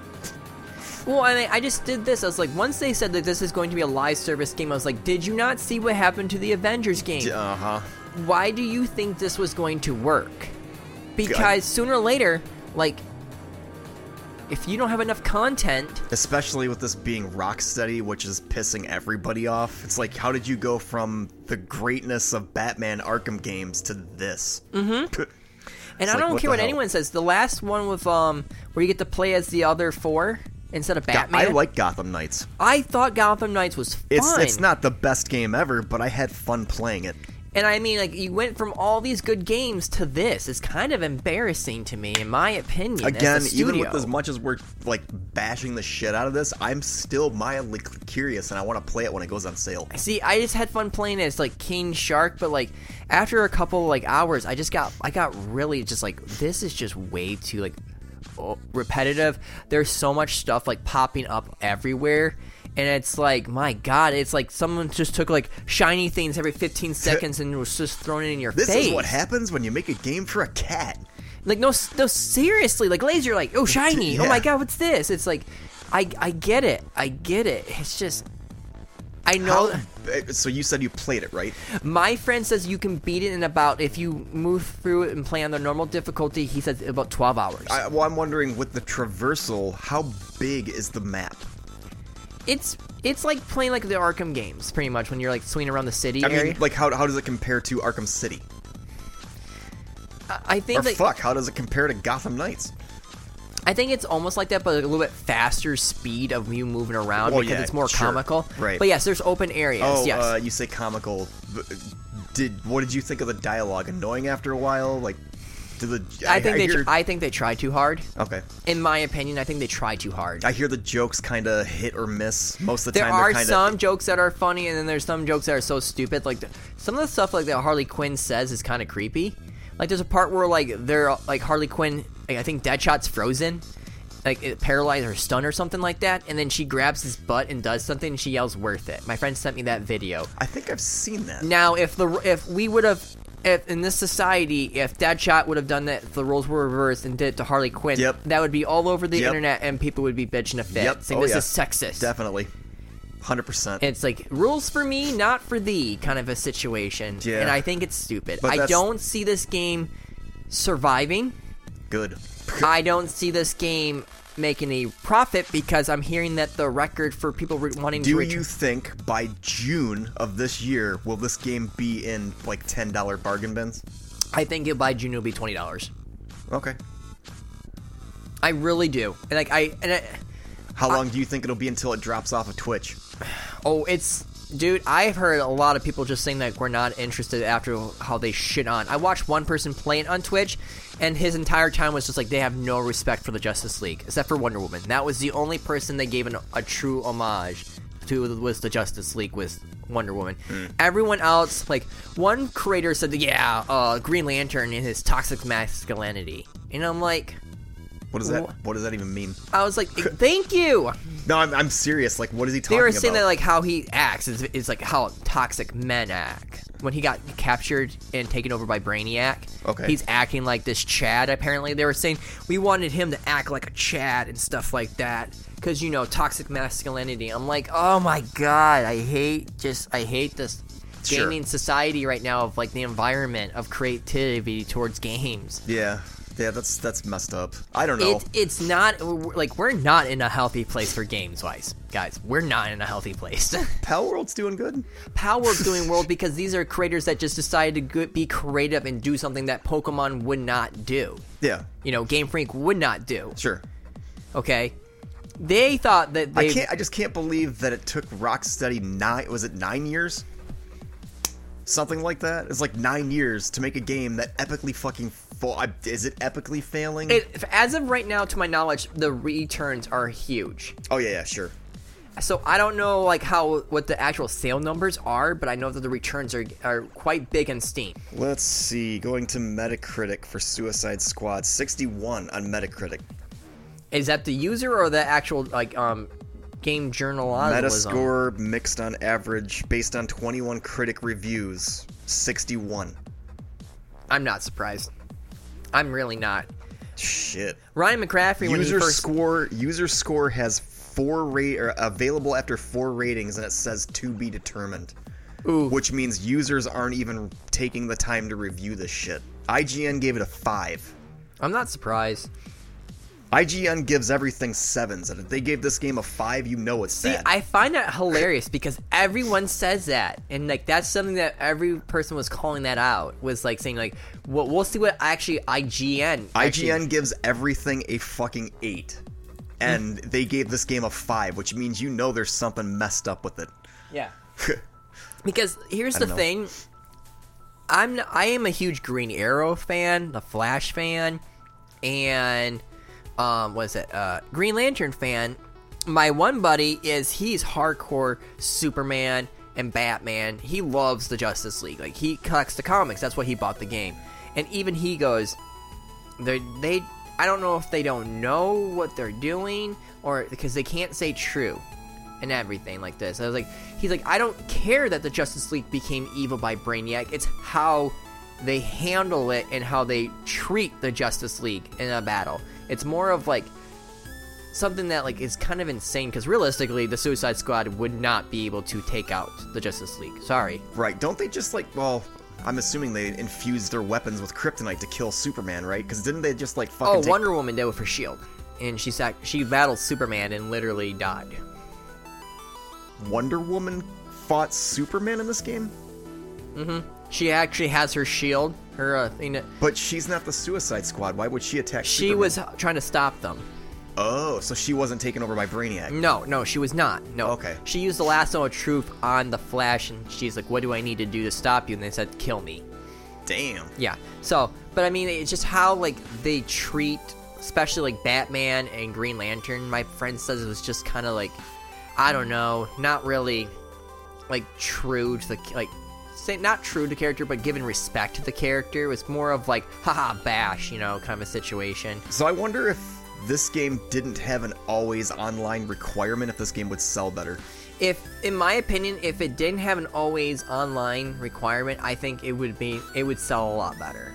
Well, and I, I just did this. I was like, once they said that this is going to be a live service game, I was like, did you not see what happened to the Avengers game? Uh huh. Why do you think this was going to work? Because sooner or later, like, if you don't have enough content, Especially with this being Rocksteady, which is pissing everybody off. It's like, how did you go from the greatness of Batman Arkham games to this? and I like, don't what care the what hell? anyone says, the last one with um, where you get to play as the other four instead of God, Batman. I like Gotham Knights. I thought Gotham Knights was fun. It's it's not the best game ever, but I had fun playing it. And I mean, like, you went from all these good games to this. It's kind of embarrassing to me, in my opinion. as the Again, even with studio. as much as we're like bashing the shit out of this, I'm still mildly c- curious and I want to play it when it goes on sale. See, I just had fun playing it. It's like King Shark, but like after a couple like hours, I just got I got really just like this is just way too like o- repetitive. There's so much stuff like popping up everywhere. And it's like, my God! It's like someone just took like shiny things every 15 seconds and was just thrown in your This face. is what happens when you make a game for a cat. Like no, s- no, seriously. Like laser, like oh shiny. Oh Yeah. my God, what's this? It's like, I I get it. I get it. It's just, I know. How- so you said you played it, right? My friend says you can beat it in about if you move through it and play on the normal difficulty. He says about twelve hours. I, well, I'm wondering with the traversal, how big is the map? it's it's like playing like the Arkham games, pretty much. When you're like swinging around the city I area, mean, like how how does it compare to Arkham City? I- I Or think that, fuck, how does it compare to Gotham Knights? I think it's almost like that, but a little bit faster speed of you moving around Well, because yeah, it's more sure. comical. Right. But yes, there's open areas. Oh, yes. uh, you say comical. B- Did what did you think of the dialogue? Annoying after a while? Like, did the I think they hear- Oh. I think they try too hard. okay. In my opinion, I think they try too hard. I hear the jokes kind of hit or miss most of the there time. are they're kinda, some jokes that are funny, and then there's some jokes that are so stupid. Like the, some of the stuff like that Harley Quinn says is kind of creepy. Like there's a part where like they're like Harley Quinn, like, I think Deadshot's frozen, like it paralyzed or stunned or something like that, and then she grabs his butt and does something, and she yells "worth it." My friend sent me that video. I think I've seen that. Now, if the if we would have if in this society, if Deadshot would have done that, if the roles were reversed and did it to Harley Quinn, Yep. that would be all over the Yep. internet, and people would be bitching a fit, Yep. saying Oh, this yeah. is sexist. Definitely, hundred percent. And it's like rules for me, not for thee, kind of a situation. Yeah. And I think it's stupid. But I that's- don't see this game surviving. Good. I don't see this game making a profit because I'm hearing that the record for people re- wanting to Do return. you think by June of this year will this game be in like ten dollar bargain bins? I think it by June will be twenty dollars. Okay. I really do. And like I and I, How long do you think it'll be until it drops off of Twitch? oh, it's dude. I've heard a lot of people just saying that we're not interested after how they shit on. I watched one person play it on Twitch, and his entire time was just like they have no respect for the Justice League except for Wonder Woman. That was the only person they gave an, a true homage to was the Justice League was Wonder Woman. Everyone else, like one creator said, yeah, uh, Green Lantern and his toxic masculinity, and I'm like. What does that? What does that even mean? I was like, "Thank you." No, I'm, I'm serious. Like, what is he talking they were about? saying that like how he acts is, is like how toxic men act when he got captured and taken over by Brainiac. Okay. He's acting like this Chad. Apparently, they were saying we wanted him to act like a Chad and stuff like that because you know toxic masculinity. I'm like, oh my god, I hate just I hate this Sure. gaming society right now of like the environment of creativity towards games. Yeah, yeah, that's that's messed up. I don't know. It, it's not like we're not in a healthy place for games wise, guys. We're not in a healthy place. Pal World's doing good. Power of doing world because these are creators that just decided to go- be creative and do something that Pokemon would not do. Yeah, You know, Game Freak would not do. sure. Okay, they thought that they I can't. I just can't believe that it took Rocksteady nine. Was it nine years? Something like that. It's like nine years to make a game that epically fucking. Fa- I- is it epically failing? It, as of right now, to my knowledge, the returns are huge. oh yeah, yeah, sure. So I don't know like how what the actual sale numbers are, but I know that the returns are are quite big on Steam. Let's see. Going to Metacritic for Suicide Squad, sixty-one on Metacritic. Is that the user or the actual like um game journalism? Metascore mixed on average, based on twenty-one critic reviews, sixty-one. I'm not surprised. I'm really not. Shit. Ryan McCaffrey when he user first score user score has four rate or available after four ratings and it says to be determined which means users aren't even taking the time to review this shit ign gave it a five I'm not surprised. ign gives everything sevens and if they gave this game a five you know it's See, bad I find that hilarious because everyone says that, and like that's something that every person was calling that out was like saying like, "Well, we'll see what actually IGN." actually- ign gives everything a fucking eight Hmm. and they gave this game a five which means you know there's something messed up with it Yeah. because here's the don't know. thing. I'm n- I am a huge Green Arrow fan, the Flash fan, and um what is it? Uh Green Lantern fan. My one buddy is he's hardcore Superman and Batman. He loves the Justice League. Like he collects the comics. That's why he bought the game. And even he goes, they they I don't know if they don't know what they're doing or because they can't say true and everything like this. I was like he's like I don't care that the Justice League became evil by Brainiac. It's how they handle it and how they treat the Justice League in a battle. It's more of like something that like is kind of insane because realistically the Suicide Squad would not be able to take out the Justice League. Sorry. Right. Don't they just like well I'm assuming they infused their weapons with kryptonite to kill Superman, right? Because didn't they just like fucking Oh, take- Wonder Woman did it for Shield, and she sac- she battled Superman and literally died. Wonder Woman fought Superman in this game? She actually has her shield, her uh, thing. That, But she's not the Suicide Squad. Why would she attack she Superman? was trying to stop them. Oh, so she wasn't taken over by Brainiac. No, no, she was not. No. Okay. She used the lasso of truth on the Flash, and she's like, "What do I need to do to stop you?" And they said, "Kill me." Damn. Yeah. So, but I mean, it's just how like they treat, especially like Batman and Green Lantern. My friend says it was just kind of like, I don't know, not really like true to the like, say not true to character, but given respect to the character. It was more of like, haha, bash, you know, kind of a situation. So I wonder if this game didn't have an always online requirement if this game would sell better. if in my opinion if it didn't have an always online requirement i think it would be it would sell a lot better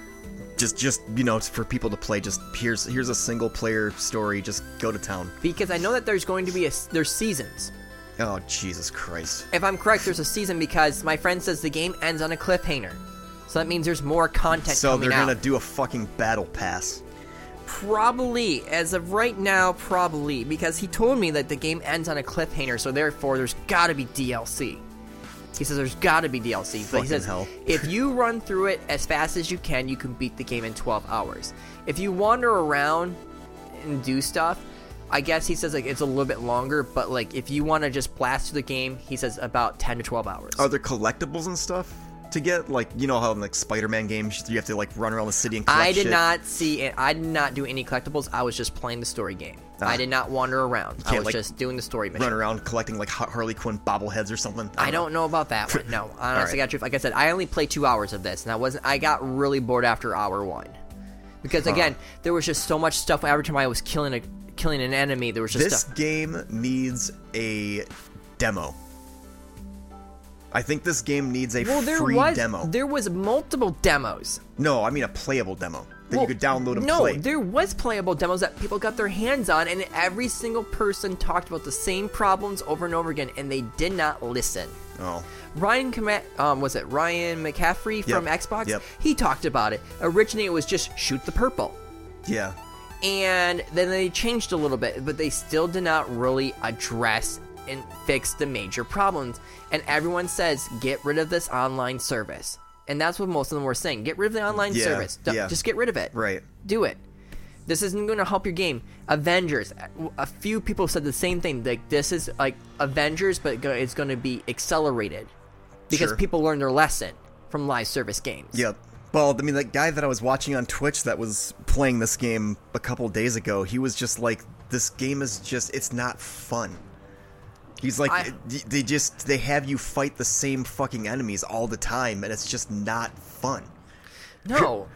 Just just you know, it's for people to play just here's here's a single player story, just go to town. because i know that there's going to be a s- there's seasons Oh Jesus Christ. if i'm correct there's a season because my friend says the game ends on a cliffhanger so that means there's more content So coming they're out. gonna do a fucking battle pass. probably as of right now probably because he told me that the game ends on a cliffhanger so therefore there's got to be dlc he says there's got to be dlc but he Fucking says hell. if you run through it as fast as you can you can beat the game in 12 hours if you wander around and do stuff i guess he says like it's a little bit longer but like if you want to just blast through the game he says about 10 to 12 hours Are there collectibles and stuff to get? Like you know how in like Spider-Man games you have to like run around the city and collect I did shit? not see it. I did not do any collectibles. I was just playing the story game. I did not wander around. I Ah. can't, was like, just doing the story mission. run around collecting like Har- Harley Quinn bobbleheads or something. I don't know about that one. No, honestly, right. got truth. Like I said, I only played two hours of this, and I wasn't. I got really bored after hour one, because again, there was just so much stuff. Every time I was killing a killing an enemy, there was just This stuff. game needs a demo. I think this game needs a Well, there free was demo. there was multiple demos No, I mean a playable demo that Well, you could download and no, play. there was playable demos that people got their hands on, and every single person talked about the same problems over and over again, and they did not listen. oh, Ryan, Coma- um, was it Ryan McCaffrey from Yep, Xbox? yep. He talked about it. Originally, it was just shoot the purple, yeah. and then they changed a little bit, but they still did not really address and fix the major problems. And everyone says get rid of this online service, and that's what most of them were saying: get rid of the online Yeah, service. D- yeah. Just get rid of it. Right. Do it. This isn't going to help your game. Avengers. A few people said the same thing. Like this is like Avengers, but go- it's going to be accelerated because Sure. people learn their lesson from live service games. Yep. Well, I mean, that guy that I was watching on Twitch that was playing this game a couple days ago, he was just like, "This game is just—it's not fun." He's like, I- "They just—they have you fight the same fucking enemies all the time, and it's just not fun." No.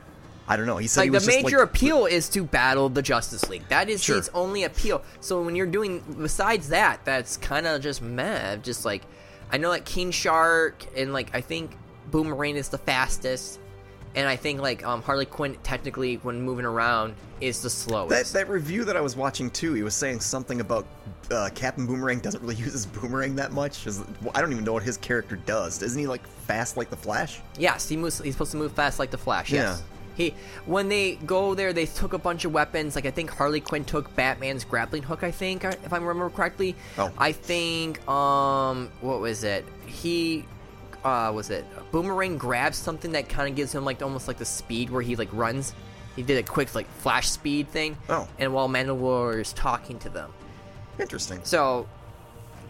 I don't know. He said he Like was the just, major like, appeal is to battle the Justice League. That is Sure. its only appeal. So when you're doing besides that, that's kind of just meh. Just like I know like King Shark and like I think Boomerang is the fastest, and I think like um, Harley Quinn technically when moving around is the That, slowest. that review that I was watching too, he was saying something about uh, Captain Boomerang doesn't really use his boomerang that much. Is- I don't even know what his character does. Isn't he like fast like the Flash? Yes, he moves. He's supposed to move fast like the Flash. Yes. Yeah. He when they go there, they took a bunch of weapons. Like I think Harley Quinn took Batman's grappling hook. I think, I- if I remember correctly. Oh. I think um, what was it? He. Uh, was it boomerang grabs something that kind of gives him like almost like the speed where he like runs he did a quick like flash speed thing Oh. and while Mandalore is talking to them Interesting. so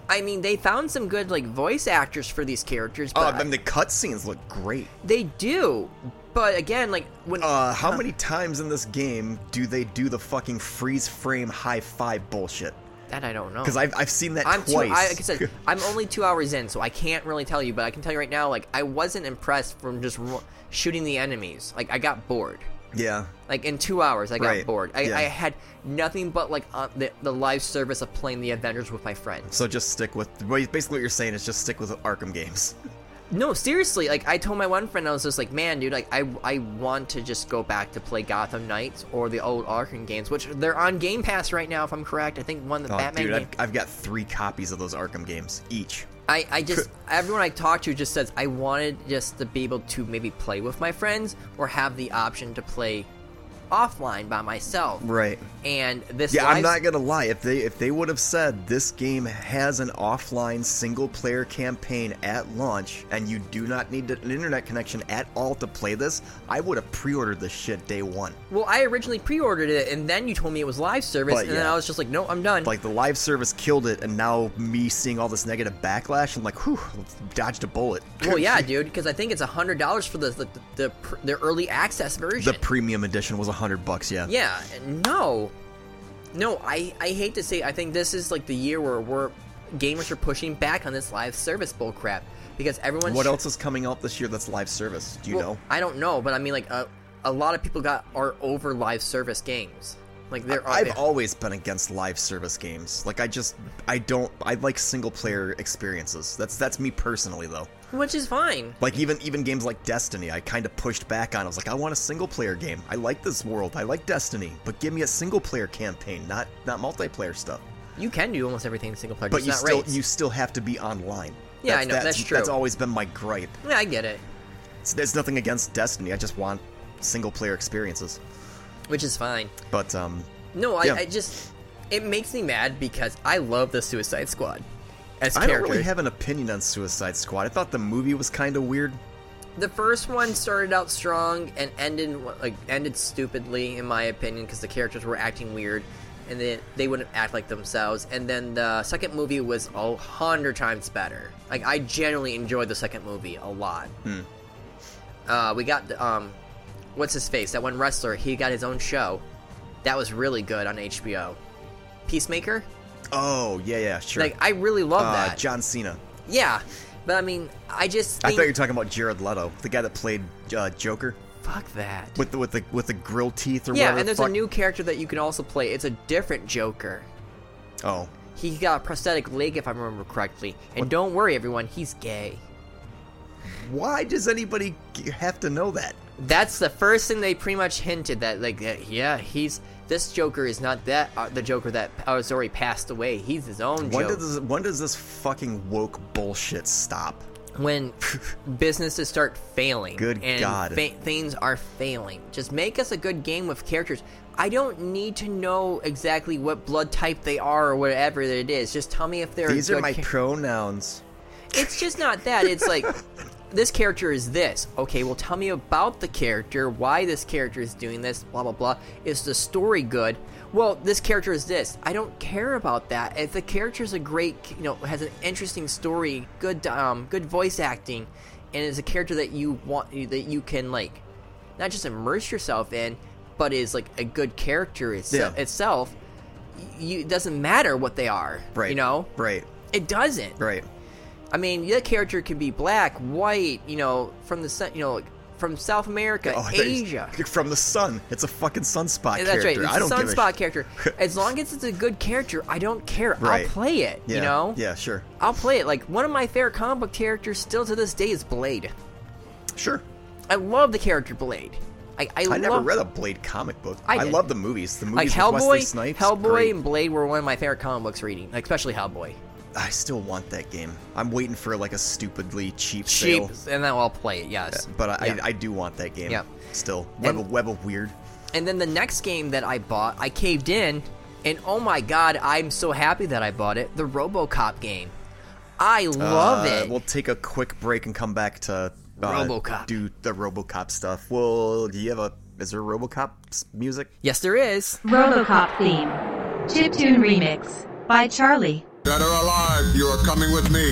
i mean they found some good like voice actors for these characters Oh, but I mean, the cutscenes look great. they do, but again, like when Uh, how many times in this game do they do the fucking freeze frame high five bullshit? that I don't know. Because I've, I've seen that Oh. I'm two, twice. I, like I said, I'm only two hours in, so I can't really tell you. But I can tell you right now, like I wasn't impressed from just ru- shooting the enemies. Like I got bored. yeah. Like in two hours, I got Right, bored. I, yeah. I had nothing but like uh, the, the live service of playing the Avengers with my friends. So just stick with. well, Basically, what you're saying is just stick with Arkham games. No, seriously. Like I told my one friend, I was just like, "Man, dude, like I, I want to just go back to play Gotham Knights or the old Arkham games, which they're on Game Pass right now, if I'm correct. I think one the Oh, Batman dude, game. I've, I've got three copies of those Arkham games each. I, I just everyone I talked to just says I wanted just to be able to maybe play with my friends or have the option to play offline by myself. Right. And this Yeah, I'm live- not gonna lie. If they if they would have said this game has an offline single player campaign at launch and you do not need an internet connection at all to play this, I would have pre-ordered this shit day one. Well, I originally pre-ordered it and then you told me it was live service But and then yeah. I was just like, "No, I'm done." Like the live service killed it, and now me seeing all this negative backlash, I'm like, whew, dodged a bullet. well, yeah, dude, because I think it's hundred dollars for the the, the pr- the early access the version. premium edition was a hundred bucks. Yeah. yeah, no, no, I I hate to say, I think this is like the year where we're gamers are pushing back on this live service bullcrap because everyone's What else is coming out this year that's live service? Do you Well, know? I don't know, but I mean, like, a, a lot of people got are over live service games. Like, there are. I've always been against live service games. Like I just I don't I like single player experiences. That's that's me personally though. which is fine. Like even even games like Destiny, I kind of pushed back on. I was like, I want a single player game. I like this world. I like Destiny, but give me a single player campaign, not not multiplayer stuff. You can do almost everything in single player. But just you not still raids. you still have to be online. Yeah, I know, that's true. That's always been my gripe. Yeah, I get it, It's, there's nothing against Destiny. I just want single player experiences. which is fine. But um, No, I, Yeah. I just it makes me mad because I love the Suicide Squad as I don't characters. really have an opinion on Suicide Squad. I thought the movie was kind of weird. the first one started out strong and ended like ended stupidly in my opinion because the characters were acting weird and they, they wouldn't act like themselves and then the second movie was a hundred times better like i genuinely enjoyed the second movie a lot Hmm. uh, we got the, um what's his face that one wrestler he got his own show that was really good on hbo peacemaker Oh yeah, yeah, sure. like i really love uh, that John Cena. yeah but i mean i just I think thought you were talking about Jared Leto, the guy that played uh, Joker fuck that with the with the with the grill teeth or Yeah, whatever. and there's the a fuck- new character that you can also play. It's a different Joker. Oh, He got a prosthetic leg, if I remember correctly. And don't worry, everyone, he's gay. Why does anybody g- have to know that? That's the first thing they pretty much hinted that, like, that, yeah, he's this Joker is not that uh, the Joker that has already passed away. He's his own When Joker. does this, when does this fucking woke bullshit stop? when businesses start failing. Good and God. fa- things are failing. Just make us a good game with characters. I don't need to know exactly what blood type they are or whatever it is. Just tell me if they're. a These are good my cha- pronouns. it's just not that. It's like this character is this. Okay, well tell me about the character, why this character is doing this, blah blah blah. Is the story good? Well, this character is this. I don't care about that. If the character is a great, you know, has an interesting story, good um good voice acting and is a character that you want that you can like not just immerse yourself in, but is like a good character itse- Yeah. itself, you it doesn't matter what they are. Right. You know? Right. It doesn't. Right. I mean, that character could be black, white, you know, from the se- you know, like, from South America, Oh, I thought you- Asia. You're from the sun. It's a fucking sunspot That's right. character. It's I don't a give a sunspot sh- character. As long as it's a good character, I don't care. Right. I'll play it. Yeah. You know. Yeah. Sure. I'll play it. Like one of my favorite comic book characters still to this day is Blade. Sure. I love the character Blade. I I I, love, never read a Blade comic book. I I, did. love the movies. The like movies with Wesley Hellboy. Snipes. Hellboy great. and Blade were one of my favorite comic books reading, like, especially Hellboy. I still want that game. I'm waiting for like a stupidly cheap, Cheap, sale, and then I'll play it. Yes, but I, Yeah. I, I do want that game. Yep. Still, Web, And- of, Web of Weird. And then the next game that I bought, I caved in, and oh my god, I'm so happy that I bought it. The RoboCop game. I love Uh, it. We'll take a quick break and come back to uh, RoboCop. Do the RoboCop stuff. Well, do you have a? Is there RoboCop s- music? yes, there is. Robocop theme. Chiptune remix by Charlie. Dead or alive, you are coming with me.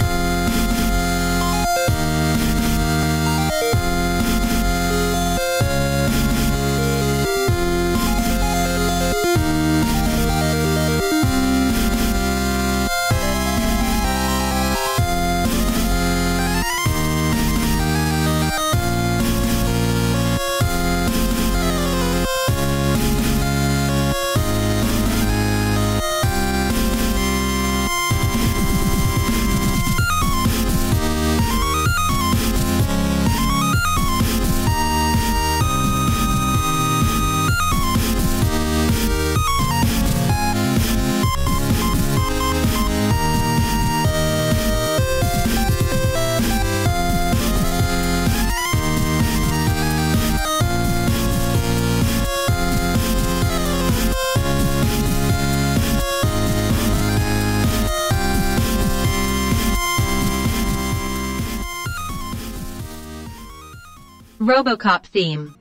Robocop theme.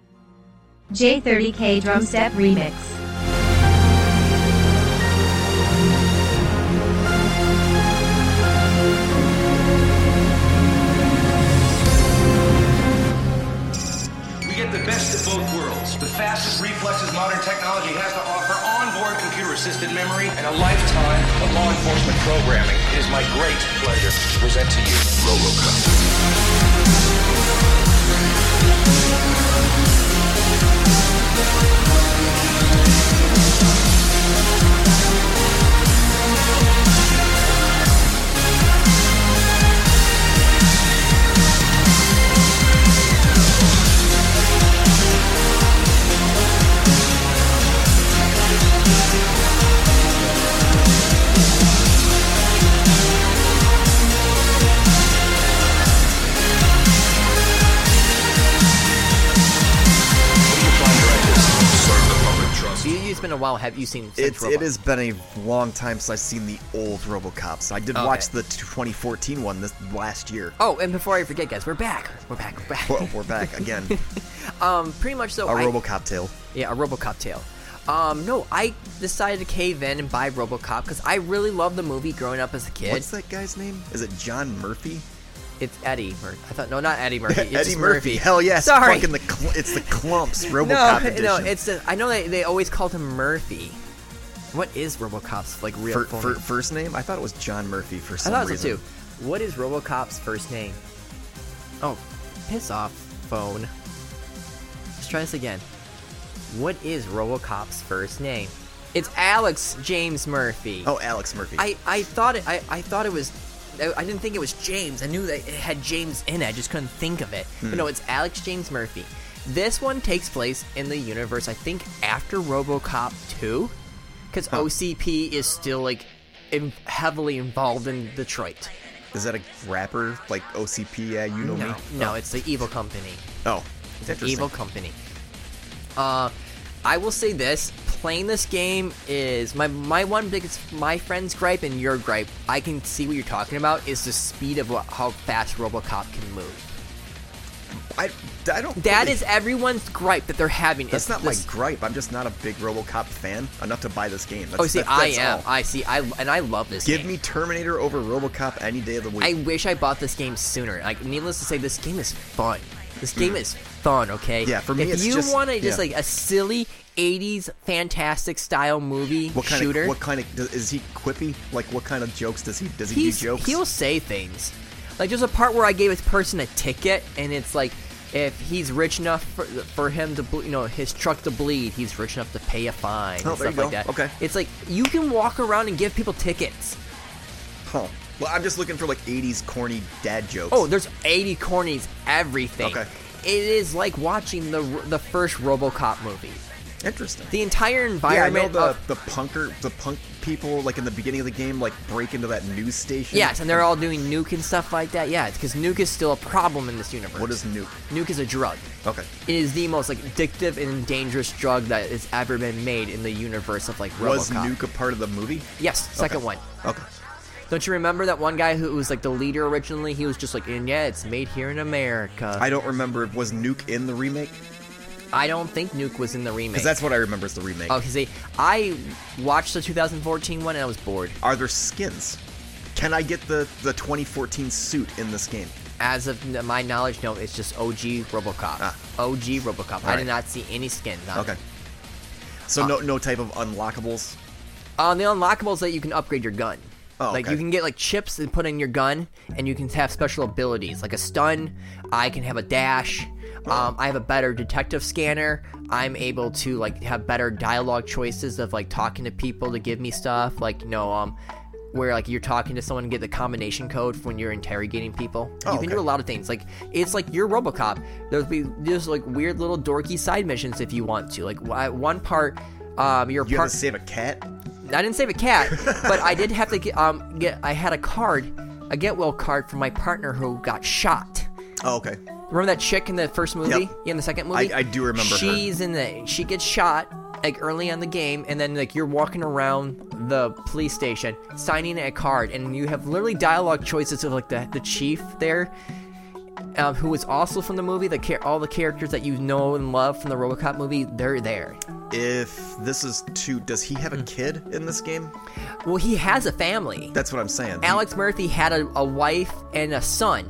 J30K drum step remix. We get the best of both worlds. The fastest reflexes modern technology has to offer onboard computer-assisted memory and a lifetime of law enforcement programming. It is my great pleasure to present to you RoboCop. You, it's been a while. Have you seen? Since It's it has been a long time since I've seen the old RoboCops. I did Okay. watch the 2014 one this last year. Oh, and before I forget, guys, we're back. We're back. We're back. Well, we're back again. Um, pretty much so. A I- RoboCop tale. Yeah, a RoboCop tale. Um, no, I decided to cave in and buy RoboCop because I really loved the movie growing up as a kid. What's that guy's name? Is it John Murphy? It's Eddie Murphy. I thought no, not Eddie Murphy. It's Eddie just Murphy. Hell yes. Sorry. Fucking the cl- it's the clumps No, RoboCop edition. no, it's the, I know they, they always called him Murphy. What is RoboCop's like real Fir- full fir- name? first name? I thought it was John Murphy for I some thought it was reason. too. What is RoboCop's first name? Oh, piss off, phone. Let's try this again. What is RoboCop's first name? It's Alex James Murphy. Oh, Alex Murphy. I, I thought it I, I thought it was I, I didn't think it was James. I knew that it had James in it. I just couldn't think of it. Hmm. But no, it's Alex James Murphy. This one takes place in the universe, I think, after RoboCop 2, because OCP is still like in, heavily involved in Detroit. Is that a rapper like OCP? Yeah, you know no, me. no, it's the Evil Company. Oh, It's an interesting. evil company. Uh, I will say this: playing this game is my my one biggest my friend's gripe and your gripe. I can see what you're talking about is the speed of what, how fast RoboCop can move. I, I don't. That really- is everyone's gripe that they're having. That's is not this- my gripe. I'm just not a big RoboCop fan enough to buy this game. That's, oh, see, that- I that's am. all. I see. I and I love this. Give game. me Terminator over RoboCop any day of the week. I wish I bought this game sooner. Like, needless to say, this game is fun. This game is fun. Okay. Hmm. Yeah, for me, if it's you just- want to just yeah. like a silly '80s fantastic style movie what kind shooter, of what kind of is he quippy? Like what kind of jokes does he does he he's- do jokes? He'll say things. Like there's a part where I gave this person a ticket, and it's like, if he's rich enough for, for him to, ble- you know, his truck to bleed, he's rich enough to pay a fine Oh, and there you stuff like go. that. Okay. It's like you can walk around and give people tickets. Huh. Well, I'm just looking for like 80s corny dad jokes. Oh, there's 80 cornies, everything. Okay. It is like watching the the first RoboCop movie. interesting. The entire yeah, I know environment the of the punker the punk people like in the beginning of the game like break into that news station. Yes, and they're all doing nuke and stuff like that. Yeah, it's because nuke is still a problem in this universe. What is nuke? Nuke is a drug. Okay. It is the most like addictive and dangerous drug that has ever been made in the universe of like RoboCop. Was nuke a part of the movie? Yes, second one. Okay. Don't you remember that one guy who was like the leader originally? He was just like, and yeah, it's made here in America. I don't remember. if Was nuke in the remake? I don't think Nuke was in the remake. Because that's what I remember is the remake. Oh, 'cause they I watched the 2014 one and I was bored. Are there skins? Can I get the the 2014 suit in this game? As of n- my knowledge, no, it's just OG RoboCop. Ah. OG RoboCop. I All did right. not see any skins. on it. Okay. So uh, no no type of unlockables. On Uh, the unlockables that you can upgrade your gun. Oh, like okay. you can get like chips and put in your gun, and you can have special abilities like a stun. I can have a dash. Um, I have a better detective scanner. I'm able to like have better dialogue choices of like talking to people to give me stuff. Like you know, um, where like you're talking to someone and get the combination code when you're interrogating people. Oh, you can okay. do a lot of things. Like it's like you're RoboCop. There'll be just like weird little dorky side missions if you want to. Like wh- one part, um, your You part. have to save a cat. I didn't save a cat, but I did have to get um get I had a card, a get well card from my partner who got shot. Oh, okay. Remember that chick in the first movie? Yep. Yeah, in the second movie? I- I do remember her. She's in the she gets shot like early on the game and then like you're walking around the police station signing a card and you have literally dialogue choices of like the, the chief there um, who is also from the movie the char- all the characters that you know and love from the robocop movie they're there If this is two, does he Hmm. have a kid in this game? well he has a family That's what I'm saying. Alex Murphy had a, a wife and a son,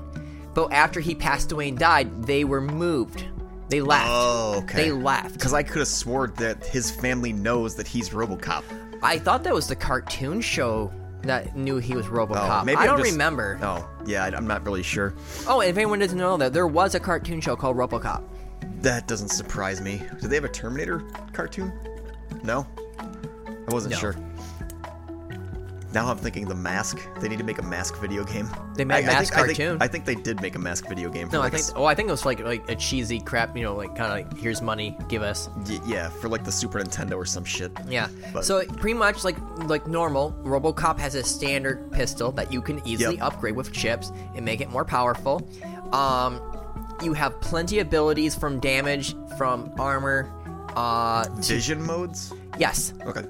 but after he passed away and died, they were moved. They left. Oh, okay. They left. Because I could have swore that his family knows that he's RoboCop. I thought that was the cartoon show that knew he was RoboCop. Oh, maybe I I'm don't just- remember. Oh, yeah, I, am not really sure. Oh, and if anyone doesn't know that, there was a cartoon show called RoboCop. That doesn't surprise me. Do they have a Terminator cartoon? No, I wasn't No. sure. Now I'm thinking the mask. They need to make a mask video game. They made a I- I Mask think- I think- cartoon. I think, they did make a mask video game. For No, I like a think. Oh, I think it was like like a cheesy crap. You know, like kind of like here's money, give us. s- y- yeah, for like the Super Nintendo or some shit. Yeah. But- so it- pretty much like like normal, RoboCop has a standard pistol that you can easily Yep. upgrade with chips and make it more powerful. Um, you have plenty of abilities from damage, from armor. Uh, Vision modes. yes, Okay.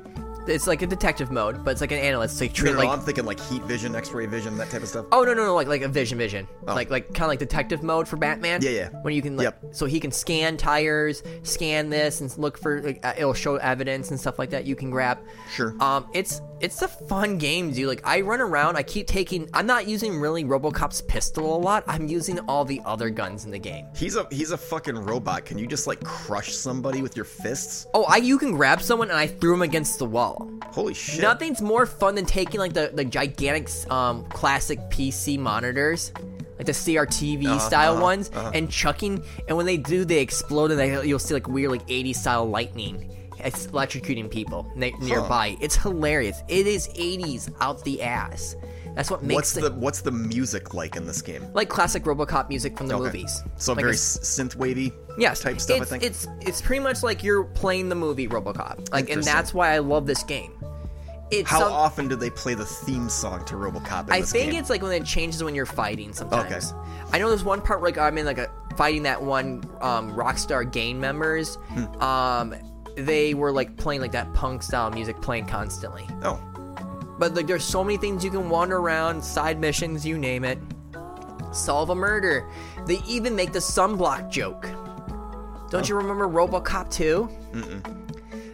it's like a detective mode, but it's like an analyst. So you No, treat no, it no, I'm like. thinking like heat vision, X-ray vision, that type of stuff. Oh no no no! Like like a vision vision, Oh. like like kind of like detective mode for Batman. Yeah, yeah. When you can like, Yep. so he can scan tires, scan this, and look for like, uh, it'll show evidence and stuff like that. You can grab. Sure. Um, it's it's a fun game, dude. Like I run around, I keep taking. I'm not using really RoboCop's pistol a lot. I'm using all the other guns in the game. He's a he's a fucking robot. Can you just like crush somebody with your fists? Oh, I you can grab someone and I threw him against the wall. Holy shit! Nothing's more fun than taking like the, the gigantic um, classic PC monitors, like the CRTV Uh-huh, style ones, and chucking. And when they do, they explode, and they, you'll see like weird like 80s style lightning. It's electrocuting people ne- nearby. It's hilarious. It is 80s out the ass. That's what What's makes the, what's the music like in this game? like classic RoboCop music from the Okay. movies. So like very it's- synth wavy yes type stuff, It's, I think. it's it's pretty much like you're playing the movie RoboCop. Like, and Interesting. that's why I love this game. It's How some- often do they play the theme song to Robocop in I this think game? it's like when it changes when you're fighting sometimes. I know there's one part like I'm in like a fighting that one um, Rockstar gang members. Um, they were like playing like that punk style music playing constantly. Oh. But like there's so many things you can wander around, side missions, you name it. Solve a murder. They even make the sunblock joke. Don't you remember RoboCop 2?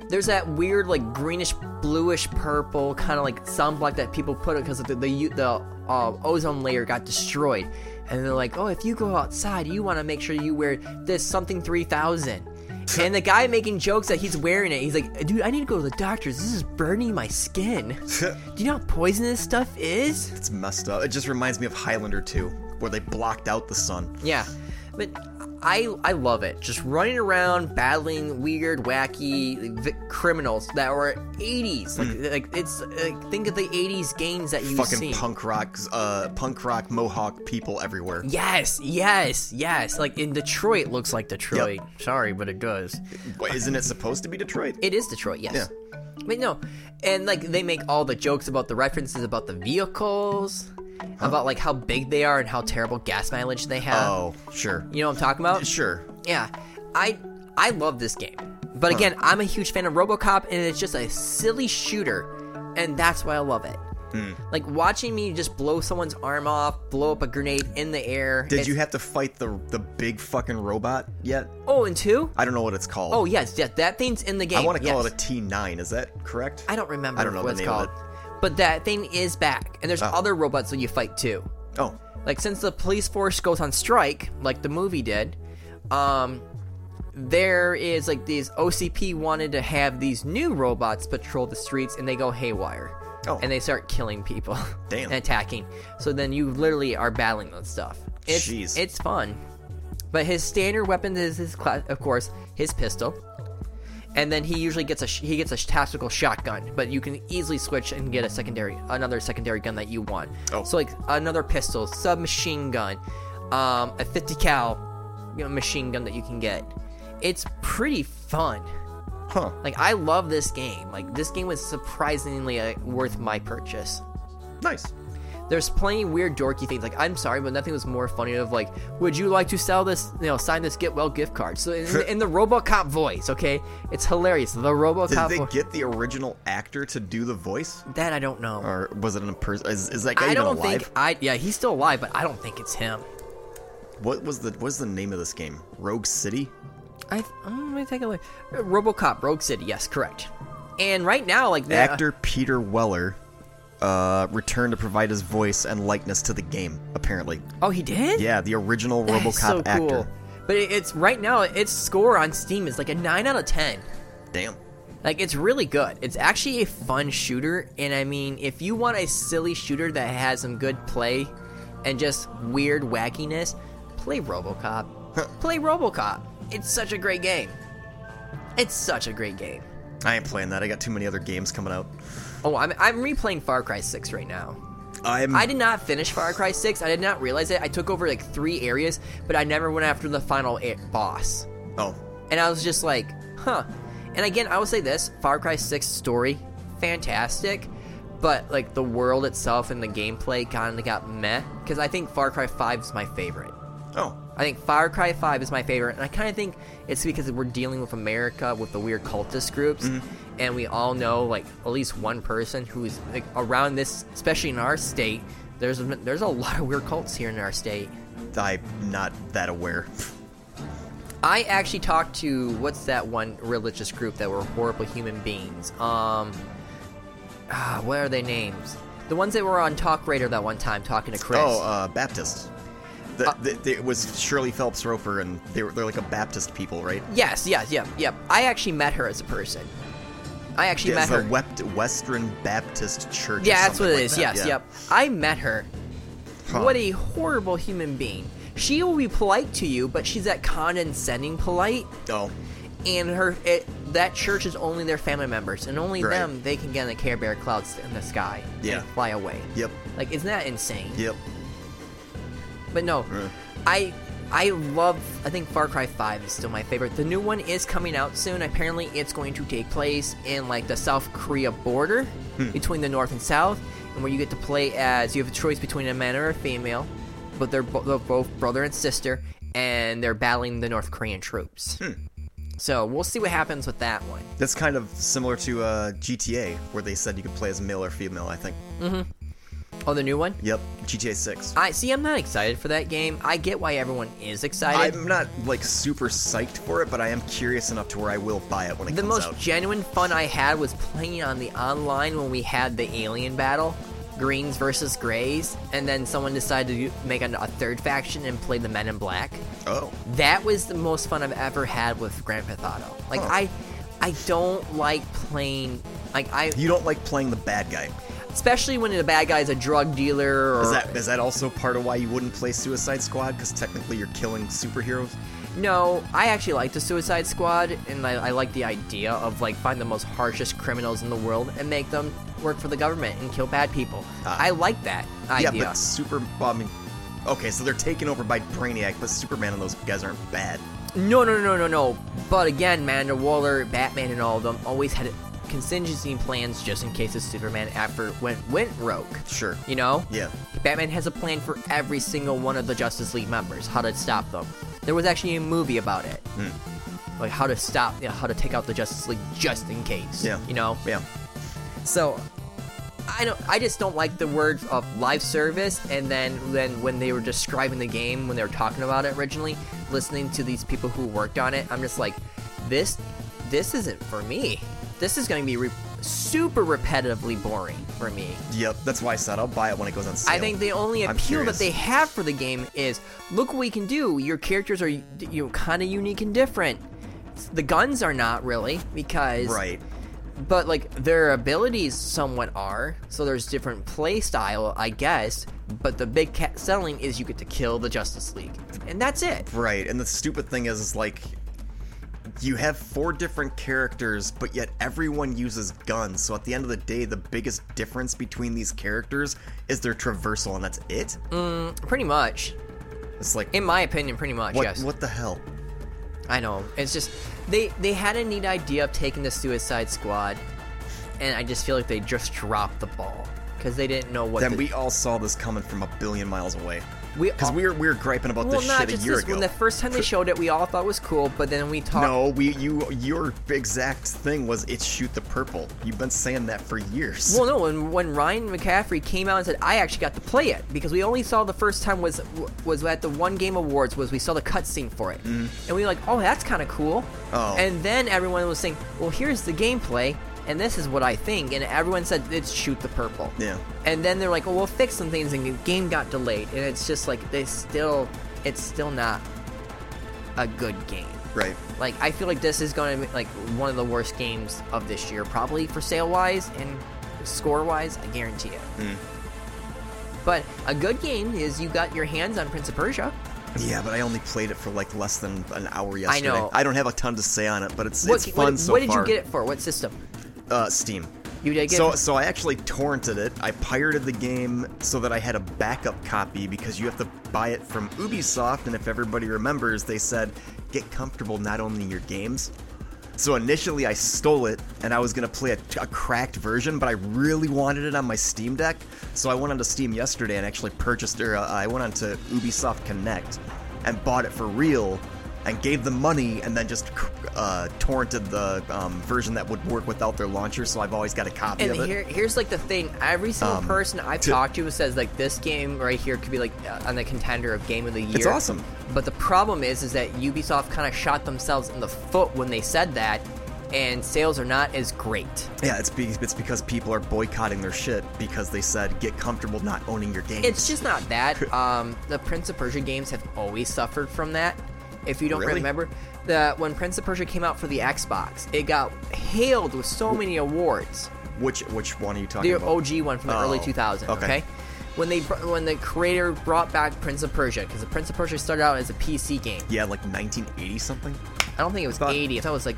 there's that weird like greenish bluish purple kind of like sunblock that people put it because the the, the uh, ozone layer got destroyed and they're like oh if you go outside you want to make sure you wear this something 3000 and the guy making jokes that he's wearing it he's like dude i need to go to the doctor's this is burning my skin do you know how poisonous stuff is It's messed up. It just reminds me of Highlander 2, where they blocked out the sun. Yeah, but I I love it. Just running around battling weird, wacky vi- criminals that were 80s. Like, like it's like, think of the 80s games that you Hmm. Fucking see. punk rock, uh, punk rock mohawk people everywhere. Yes, yes, yes. Like in Detroit, it looks like Detroit. Sorry, but it does. Wait, isn't it supposed to be Detroit? It is Detroit. Yes. But no, and like they make all the jokes about the references about the vehicles, about like how big they are and how terrible gas mileage they have. oh, sure, You know what I'm talking about? sure. Yeah, I I love this game, but again, I'm a huge fan of RoboCop, and it's just a silly shooter, and that's why I love it. Hmm. Like watching me just blow someone's arm off, blow up a grenade in the air. Did it's- you have to fight the the big fucking robot yet? Oh, and two? I don't know what it's called. Oh yes, yes, that thing's in the game. I want to call it yes. a T nine. Is that correct? I don't remember. I don't know what the name it's called. of But that thing is back, and there's Oh. other robots that you fight too. Oh, like since the police force goes on strike like the movie did um there is like these ocp wanted to have these new robots patrol the streets and they go haywire Oh. and they start killing people Damn. and attacking so then you literally are battling those stuff it's, Jeez. it's fun but his standard weapon is his cla- of course his pistol and then he usually gets a sh- he gets a tactical shotgun, but you can easily switch and get a secondary another secondary gun that you want. Oh. So like another pistol, submachine gun, um, a 50 cal you know, machine gun that you can get. It's pretty fun. Oh, huh. Like I love this game. Like this game was surprisingly uh, worth my purchase. Nice. There's plenty of weird dorky things. Like I'm sorry, but nothing was more funny of like, would you like to sell this? You know, sign this get well gift card. So in, in the RoboCop voice, okay, it's hilarious. The Did RoboCop. they vo- get the original actor to do the voice, That I don't know. or was it an person? Is, is that guy I even don't alive? think I. Yeah, he's still alive, but I don't think it's him. What was the what was the name of this game? Rogue City. I. Um, let me take a look. Uh, RoboCop, Rogue City. Yes, correct. And right now, like the Actor Peter Weller uh, returned to provide his voice and likeness to the game. Apparently, Oh, he did. yeah, the original That RoboCop is so actor. cool. But it- it's right now. Its score on Steam is like a nine out of ten. Damn. Like it's really good. It's actually a fun shooter, and I mean, if you want a silly shooter that has some good play and just weird wackiness, play RoboCop. play RoboCop. It's such a great game. It's such a great game. I ain't playing that. I got too many other games coming out. Oh, I'm I'm replaying Far Cry 6 right now. I'm. I did not finish Far Cry 6. I did not realize it. I took over like three areas, but I never went after the final a- boss. Oh, And I was just like, huh. And again, I will say this Far Cry 6 story, fantastic. But like the world itself and the gameplay kind of got meh. Because I think Far Cry 5 is my favorite. oh, I think Far Cry 5 is my favorite. And I kind of think it's because we're dealing with America with the weird cultist groups. And we all know like at least one person who's like around this, especially in our state. There's, there's a lot of weird cults here in our state. I'm not that aware. I actually talked to what's that one religious group that were horrible human beings? Um, ah, what are they names? The ones that were on Talk Radar that one time talking to Chris. Uh, Oh, uh, Baptist. The, the, the- it was Shirley Phelps Roper, and they were, they're like a Baptist people, right? yes, yes, yep, yep. I actually met her as a person. I actually met It's her. the Wept Western Baptist Church. or yeah, that's something what it like is. that. yes, Yeah. yep. I met her. Huh. What a horrible human being. She will be polite to you, but she's that condescending polite. Oh, and her it, that church is only their family members, and only Right. them they can get in the Care Bear clouds in the sky. and Yeah. fly away. Yep. Like, isn't that insane? Yep. But no, I I love. I think Far Cry Five is still my favorite. The new one is coming out soon. Apparently, it's going to take place in like the South Korea border between the North and South, and where you get to play as you have a choice between a man or a female, but they're, bo- they're both brother and sister, and they're battling the North Korean troops. So we'll see what happens with that one. That's kind of similar to uh, GTA, where they said you could play as male or female. I think. Oh, the new one. Yep. GTA Six. I see. I'm not excited for that game. I get why everyone is excited. I'm not like super psyched for it, but I am curious enough to where I will buy it when it The comes most out. genuine fun I had was playing on the online when we had the alien battle, greens versus grays, and then someone decided to make an- a third faction and play the men in black. Oh. That was the most fun I've ever had with Grand Theft Auto. Like I, I don't like playing. Like I, You don't like playing the bad guy. especially when the bad guy is a drug dealer or Is that is that also part of why you wouldn't play Suicide Squad? Because technically you're killing superheroes. No, I actually like the Suicide Squad, and I, I like the idea of like find the most harshest criminals in the world and make them work for the government and kill bad people. I like that idea. Ah. Yeah, but super. Well, I mean, okay, so they're taken over by Brainiac, but Superman and those guys aren't bad. No, no, no, no, no. But again, man, the Waller, Batman, and all of them always had contingency plans just in case the Superman effort went went rogue. Sure. You know? Yeah. Batman has a plan for every single one of the Justice League members, how to stop them. There was actually a movie about it. Hmm. Like how to stop, you know, how to take out the Justice League just in case. Yeah. You know? Yeah. So I don't I just don't like the word of live service and then then when they were describing the game when they were talking about it originally, listening to these people who worked on it, I'm just like this this isn't for me. This is going to be re- super repetitively boring for me. Yep. That's why I said I'll buy it when it goes on sale. I think the only I'm appeal that curious. they have for the game is look what we can do. Your characters are you know kind of unique and different. The guns are not really because Right. but like their abilities somewhat are. So there's different play style, I guess. But the big cat selling is you get to kill the Justice League, and that's it. Right, and the stupid thing is, is like, you have four different characters, but yet everyone uses guns. So at the end of the day, the biggest difference between these characters is their traversal, and that's it. Mm. Pretty much, It's like, in my opinion, pretty much. what, yes. what the hell? I know. It's just they they had a neat idea of taking the Suicide Squad, and I just feel like they just dropped the ball because they didn't know what. Then to- we all saw this coming from a billion miles away. We because all- we were we were griping about well, this not shit a just year this. ago. When the first time they showed it, we all thought it was cool, but then we talked. no, we you your exact thing was it's shoot the purple. You've been saying that for years. Well, no. When, when Ryan McCaffrey came out and said, "I actually got to play it," because we only saw the first time was was at the One Game Awards was we saw the cutscene for it, and we were like, "Oh, that's kind of cool." Mm. Oh. And then everyone was saying, "Well, here's the gameplay, and this is what I think," and everyone said, "It's shoot the purple." Yeah. And then they're like, "Oh, we'll fix some things," and the game got delayed, and it's just like they still, it's still not a good game. right. Like I feel like this is going to be like one of the worst games of this year, probably for sale wise and score wise. I guarantee it. Hmm. But a good game is you got your hands on Prince of Persia. Yeah, but I only played it for like less than an hour yesterday. know. I don't have a ton to say on it, but it's What, it's fun what, so what did far. you get it for? What system? Uh, Steam. You did get So it? so I actually torrented it. I pirated the game so that I had a backup copy because you have to buy it from Ubisoft, and if everybody remembers, they said get comfortable not only in your games. So initially I stole it and I was gonna play a, a cracked version, but I really wanted it on my Steam Deck. So I went onto Steam yesterday and actually purchased, or uh, I went onto Ubisoft Connect and bought it for real, and gave them money, and then just cr- uh, torrented the um, version that would work without their launcher. So I've always got a copy And of it. here, here's like the thing: every single Um, person I've to- talked to says like this game right here could be like uh, on the contender of game of the year. awesome. But the problem is, is that Ubisoft kind of shot themselves in the foot when they said that, and sales are not as great. yeah, it's, be- it's because people are boycotting their shit because they said get comfortable not owning your games. It's just not that. Um, the Prince of Persia games have always suffered from that. If you don't Really? remember, the when Prince of Persia came out for the Xbox, it got hailed with so many awards. which which one are you talking The about? OG one from the Oh, early 2000s. Okay. okay. When they br- when the creator brought back Prince of Persia, because the Prince of Persia started out as a PC game. Yeah, like 1980 something. I don't think it was Thought- 80. I thought it was like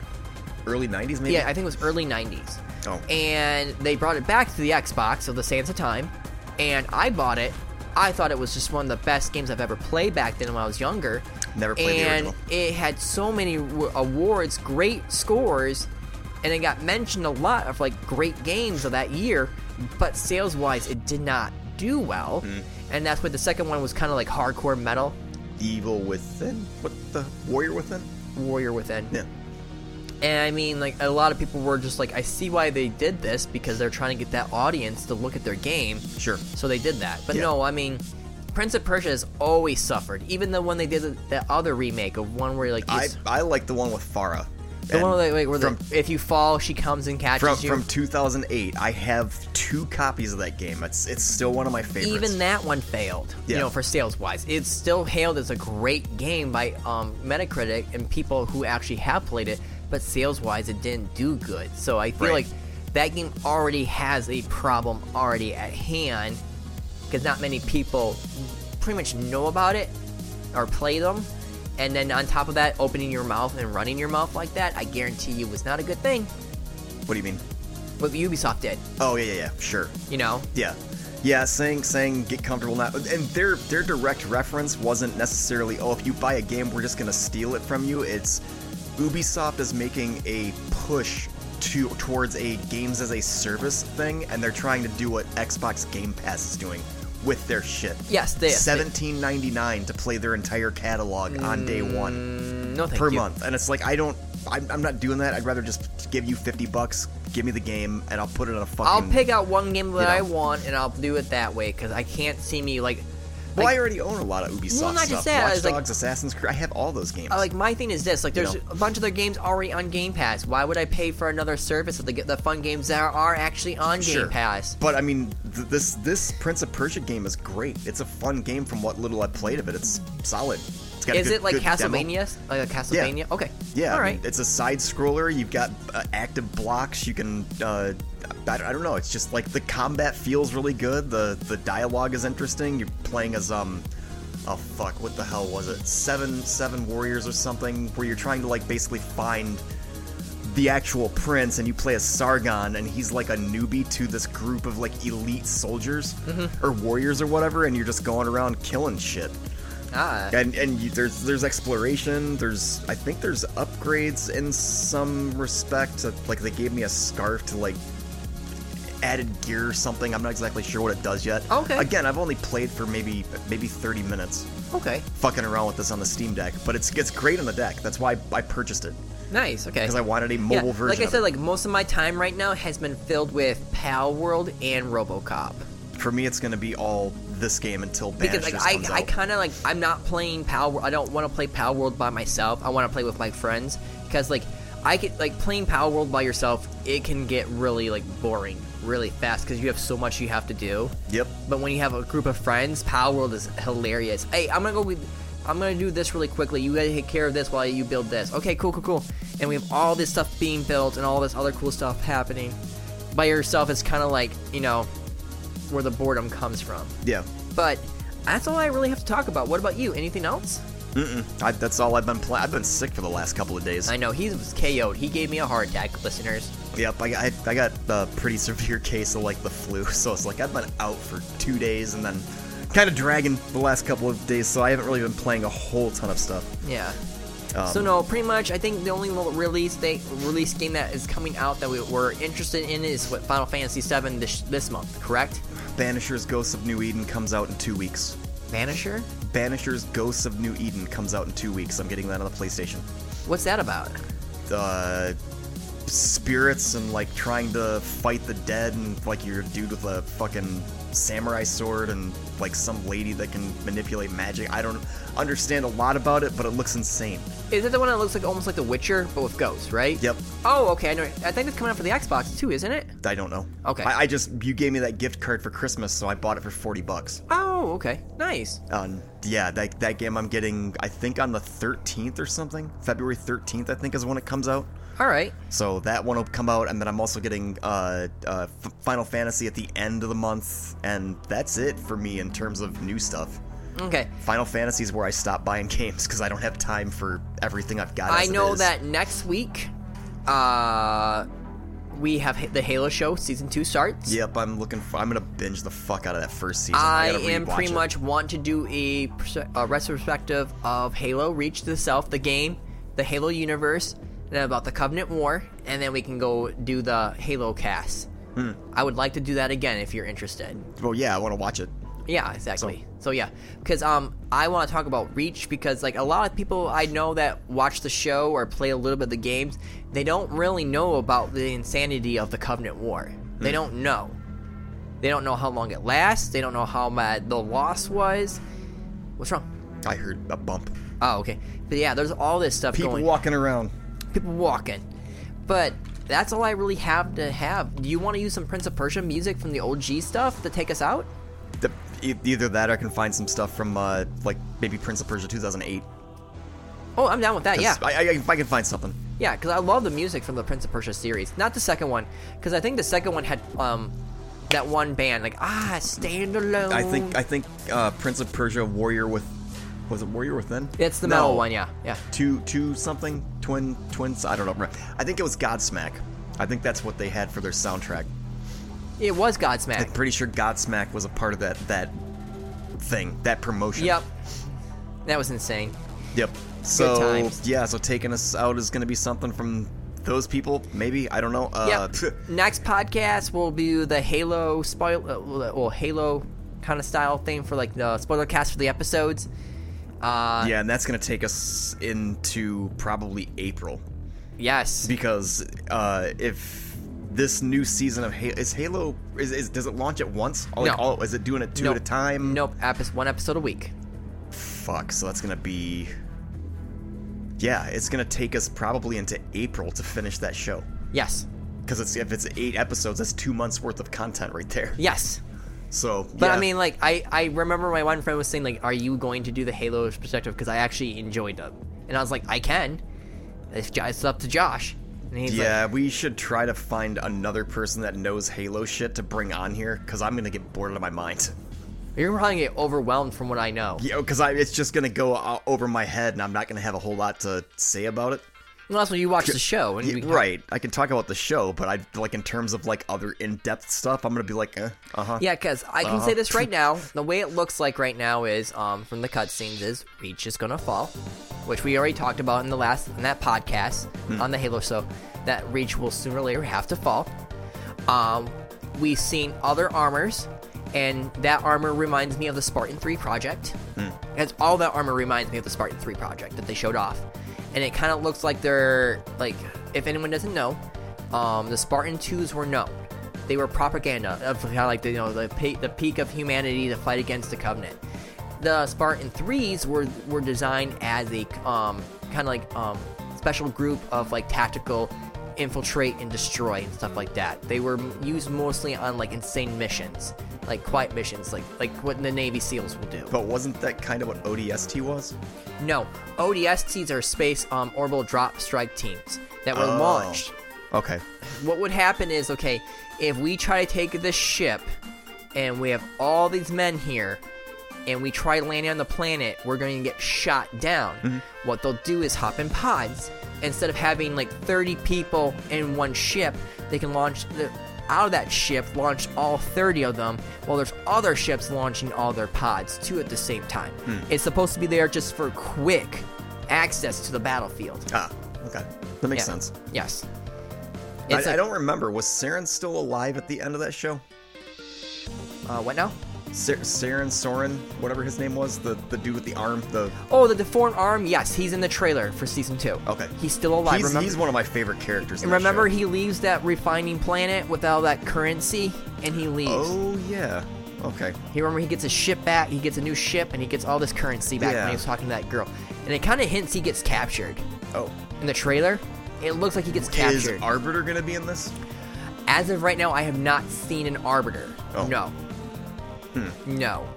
early '90s, maybe. Yeah, I think it was early 90s. Oh. And they brought it back to the Xbox of the Sands of Time, and I bought it. I thought it was just one of the best games I've ever played back then when I was younger. Never played the and original. it had so many w- awards, great scores, and it got mentioned a lot of like great games of that year, but sales wise, it did not do well. Hmm. And that's why the second one was kind of like hardcore metal. Evil Within? What the Warrior Within? Warrior Within. Yeah. And I mean, like, a lot of people were just like, I see why they did this because they're trying to get that audience to look at their game. Sure. So they did that. But Yeah. no, I mean, Prince of Persia has always suffered, even though when they did the- that other remake of one where, like, I it's- I like the one with Farah. the one where, like, where from the, if you fall, she comes and catches from you. from 2008. I have two copies of that game. It's it's still one of my favorites. even that one failed, Yeah. you know, for sales wise. It's still hailed as a great game by um, Metacritic and people who actually have played it, but sales wise, it didn't do good. So I feel Right. like that game already has a problem already at hand because not many people pretty much know about it or play them. And then on top of that, opening your mouth and running your mouth like that, I guarantee you was not a good thing. What do you mean? What Ubisoft did, Oh yeah yeah yeah sure you know? yeah yeah saying saying get comfortable now and their their direct reference wasn't necessarily oh if you buy a game we're just gonna steal it from you. It's Ubisoft is making a push to towards a games as a service thing and they're trying to do what Xbox Game Pass is doing with their shit. Yes, they- seventeen ninety nine to play their entire catalog on day one. No, Mm, thank per you. month and it's like i don't I'm, I'm not doing that i'd rather just give you 50 bucks give me the game and i'll put it on a fucking I'll pick out one game that you know. I want and I'll do it that way because I can't see me like. well like, i already own a lot of ubisoft Well, not stuff just that, watch it's dogs like- assassin's creed i have all those games uh, like my thing is this: like, there's You know. a bunch of their games already on Game Pass. Why would I pay for another service if the, the fun games that are actually on sure Game Pass? but i mean th- this this prince of persia game is great it's a fun game from what little i played of it it's solid it's got a Is good- it like good demo. Castlevania? Like a Castlevania? Okay. Yeah, All I right. mean, it's a side scroller. You've got uh, active blocks. You can, uh, I, don't- I don't know. It's just like the combat feels really good. The the dialogue is interesting. You're playing as um, oh fuck, what the hell was it? Seven seven warriors or something, where you're trying to like basically find the actual prince and you play as Sargon and he's like a newbie to this group of like elite soldiers Mm-hmm. or warriors or whatever and you're just going around killing shit ah, and and you, there's there's exploration there's i think there's upgrades in some respect uh, like they gave me a scarf to like added gear or something i'm not exactly sure what it does yet Okay. again i've only played for maybe maybe 30 minutes okay. fucking around with this on the steam deck but it's it's great on the deck that's why i purchased it Nice. Okay. because i wanted a mobile yeah, version Like I of said, it. like most of my time right now has been filled with Pal World and RoboCop. for me it's going to be all this game until because Banished like just I, comes I out. kind of like I'm not playing Pal. Wor- I don't want to play Pal World by myself. I want to play with my friends because like I could like playing Pal World by yourself. It can get really like boring really fast because you have so much you have to do. Yep. But when you have a group of friends, Pal World is hilarious. Hey, I'm gonna go with. I'm gonna do this really quickly. You gotta take care of this while you build this. Okay, cool, cool, cool. And we have all this stuff being built and all this other cool stuff happening. By yourself, it's kind of like you know where the boredom comes from. yeah But that's all I really have to talk about. What about you? Anything else? I, that's all i've been playing i've been sick for the last couple of days I know he was KO'd. He gave me a heart attack, listeners. Yep, I, I, I got a pretty severe case of like the flu, so it's like I've been out for two days and then kind of dragging the last couple of days, so I haven't really been playing a whole ton of stuff. Yeah. so no, pretty much. I think the only little release they release game that is coming out that we were interested in is what Final Fantasy VII this this month, correct? Banishers Ghosts of New Eden comes out in two weeks. Vanisher. Banishers Ghosts of New Eden comes out in two weeks. I'm getting that on the PlayStation. What's that about? Uh, spirits and like trying to fight the dead, and like you're a dude with a fucking samurai sword and like some lady that can manipulate magic. I don't understand a lot about it, but it looks insane. Is it the one that looks like almost like The Witcher but with ghosts, right? Yep. Oh, okay. I know. I think it's coming out for the Xbox too, isn't it? I don't know. Okay. I, I just you gave me that gift card for Christmas, so I bought it for forty bucks. Oh, okay. Nice. Um, yeah, that that game I'm getting, I think on the thirteenth or something. February thirteenth, I think, is when it comes out. All right. So that one will come out, and then I'm also getting uh, uh, F- Final Fantasy at the end of the month, and that's it for me in terms of new stuff. Okay. Final Fantasy is where I stop buying games because I don't have time for everything I've got. I as it know is. that next week Uh, we have Ha- the Halo show season two starts. Yep, I'm looking. For, I'm gonna binge the fuck out of that first season. I gotta am rewatch pretty it. much want to do a, pers- a retrospective of Halo Reach to the Self, the game, the Halo universe, and about the Covenant War, and then we can go do the Halo cast. Hmm. I would like to do that again if you're interested. Well, yeah, I want to watch it. Yeah, exactly. So, yeah, because um, I want to talk about Reach because like a lot of people I know that watch the show or play a little bit of the games, they don't really know about the insanity of the Covenant War. They don't know. They don't know how long it lasts. They don't know how bad the loss was. What's wrong? I heard a bump. Oh, okay. But yeah, there's all this stuff People going. walking around. people walking. But that's all I really have to have. Do you want to use some Prince of Persia music from the OG stuff to take us out? The, e- either that, or I can find some stuff from uh, like maybe Prince of Persia 2008. Oh, I'm down with that. 'Cause Yeah. I, I, if I can find something. Yeah, because I love the music from the Prince of Persia series. Not the second one, because I think the second one had um that one band like ah stand alone. I think I think uh, Prince of Persia Warrior with was it Warrior Within? it's the No. metal one. Yeah, yeah. Two two something twin twins. I don't know. I think it was Godsmack. I think that's what they had for their soundtrack. It was I'm Godsmack. pretty sure Godsmack was a part of that that thing that promotion. Yep, that was insane. Yep. So times. yeah, so taking us out is going to be something from those people. Maybe I don't know. Uh, Yep. Next podcast will be the Halo spoiler, well Halo kind of style thing for like the spoiler cast for the episodes. Uh, yeah, and that's going to take us into probably April Yes. because uh, if this new season of Halo is Halo is, is does it launch at once? Like, No. all- is it doing it two Nope. at a time? Nope. Epis one episode a week. Fuck. So that's going to be. Yeah, it's going to take us probably into April to finish that show. Yes. Because it's if it's eight episodes, that's two months worth of content right there. Yes. So, But I yeah. mean, like, I, I remember my one friend was saying, like, are you going to do the Halo perspective? Because I actually enjoyed them. And I was like, I can. It's, Jo- it's up to Josh. And he's like, yeah, we should try to find another person that knows Halo shit to bring on here, because I'm gonna get bored out of my mind. you're probably going to get overwhelmed from what I know. You know, because I it's just gonna go o- over my head, and I'm not gonna have a whole lot to say about it. Unless when you watch the show. And Yeah, we can- right, I can talk about the show, but I like in terms of like other in-depth stuff, I'm gonna be like, eh, uh huh. Yeah, because I can say this right now. The way it looks like right now is, um, from the cutscenes, is Reach is gonna fall, which we already talked about in the last in that podcast on the Halo show. That Reach will sooner or later have to fall. Um, we've seen other armors, and that armor reminds me of the Spartan Three project. That's all that armor reminds me of the Spartan Three project that they showed off, and it kind of looks like they're like, if anyone doesn't know, um, the Spartan Twos were known they were propaganda of kind of like the, you know the pe- the peak of humanity to fight against the Covenant. The Spartan threes were were designed as a um, kind of like um, special group of like tactical infiltrate and destroy and stuff like that. They were m- used mostly on like insane missions, like quiet missions, like like what the Navy SEALs will do. But wasn't that kind of what ODST was? No, ODSTs are space um, orbital drop strike teams that were Oh. launched Okay, what would happen is okay if we try to take this ship and we have all these men here and we try landing on the planet we're going to get shot down Mm-hmm. what they'll do is hop in pods instead of having like 30 people in one ship they can launch the, out of that ship launch all 30 of them while there's other ships launching all their pods too at the same time Hmm. it's supposed to be there just for quick access to the battlefield ah, okay, that makes sense. yes I, It's I like- don't remember. Was Saren still alive at the end of that show? uh, what now Sa- Saren Soren, whatever his name was, the the dude with the arm, the Oh, the deformed arm. Yes, he's in the trailer for season two. Okay. he's still alive. He's, remember, he's one of my favorite characters. In the remember show. he leaves that refining planet with all that currency, and he leaves. Oh yeah. Okay. He remember he gets his ship back. He gets a new ship, and he gets all this currency back. Yeah. When he was talking to that girl, and it kind of hints he gets captured Oh. in the trailer. It looks like he gets captured. Is Arbiter gonna be in this? As of right now, I have not seen an arbiter. Oh. No. No.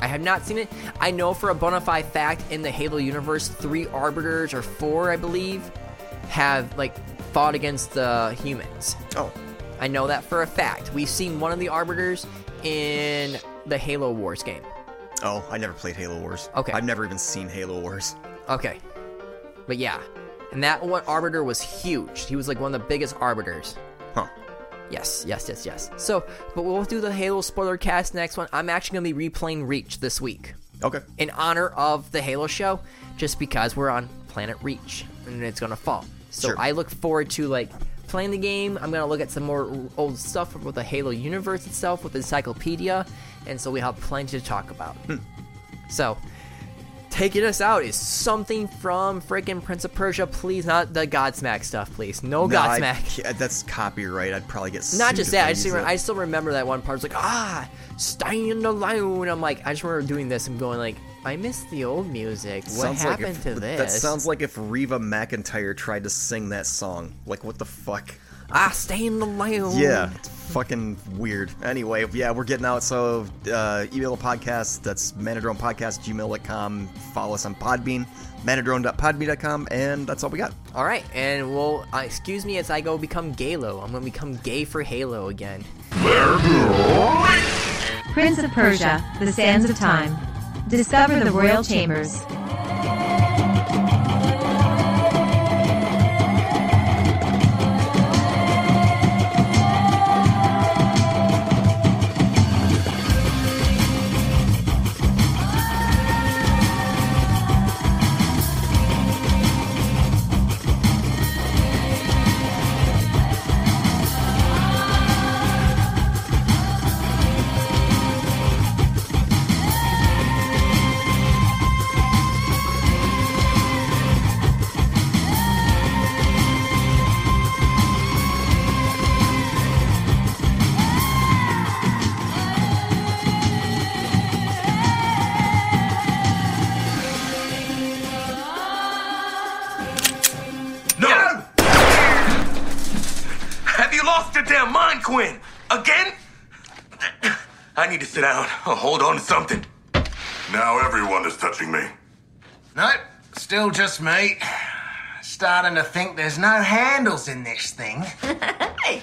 I have not seen it. I know for a bona fide fact in the Halo universe, three arbiters or four, I believe, have like fought against the humans. Oh. I know that for a fact. We've seen one of the arbiters in the Halo Wars game. Oh, I never played Halo Wars. Okay. I've never even seen Halo Wars. Okay. But yeah. And that one arbiter was huge. He was like one of the biggest arbiters. Huh. Yes, yes, yes, yes. So, but we'll do the Halo spoiler cast next one. I'm actually going to be replaying Reach this week Okay. in honor of the Halo show, just because we're on Planet Reach and it's gonna fall. So Sure. I look forward to like playing the game. I'm gonna look at some more old stuff with the Halo universe itself, with the encyclopedia, and so we have plenty to talk about. Hmm. So taking us out is something from freaking Prince of Persia. Please, not the Godsmack stuff. Please, no, No, I- Godsmack yeah, that's copyright. I'd probably get Oh, not sued just if that. I use just it. remember, I still remember that one part. It's like ah, stand alone. I'm like, I just remember doing this and going like, I miss the old music. What Sounds like happened if- to th- this? That sounds like if Reva McIntyre tried to sing that song. Like, what the fuck? ah, stand alone. Yeah, it's fucking weird. Anyway, yeah, we're getting out. So, uh, email the podcast. That's manadronepodcast, gmail.com. Follow us on Podbean, manadrone.podbean.com, and that's all we got. All right, and well, uh, excuse me as I go become Galo. I'm gonna become gay for Halo again. Prince of Persia, The Sands of Time. Discover the royal chambers. No! Have you lost your damn mind, Quinn? Again? I need to sit down. I'll hold on to something. Now everyone is touching me. Nope, still just me. Starting to think there's no handles in this thing. Hey,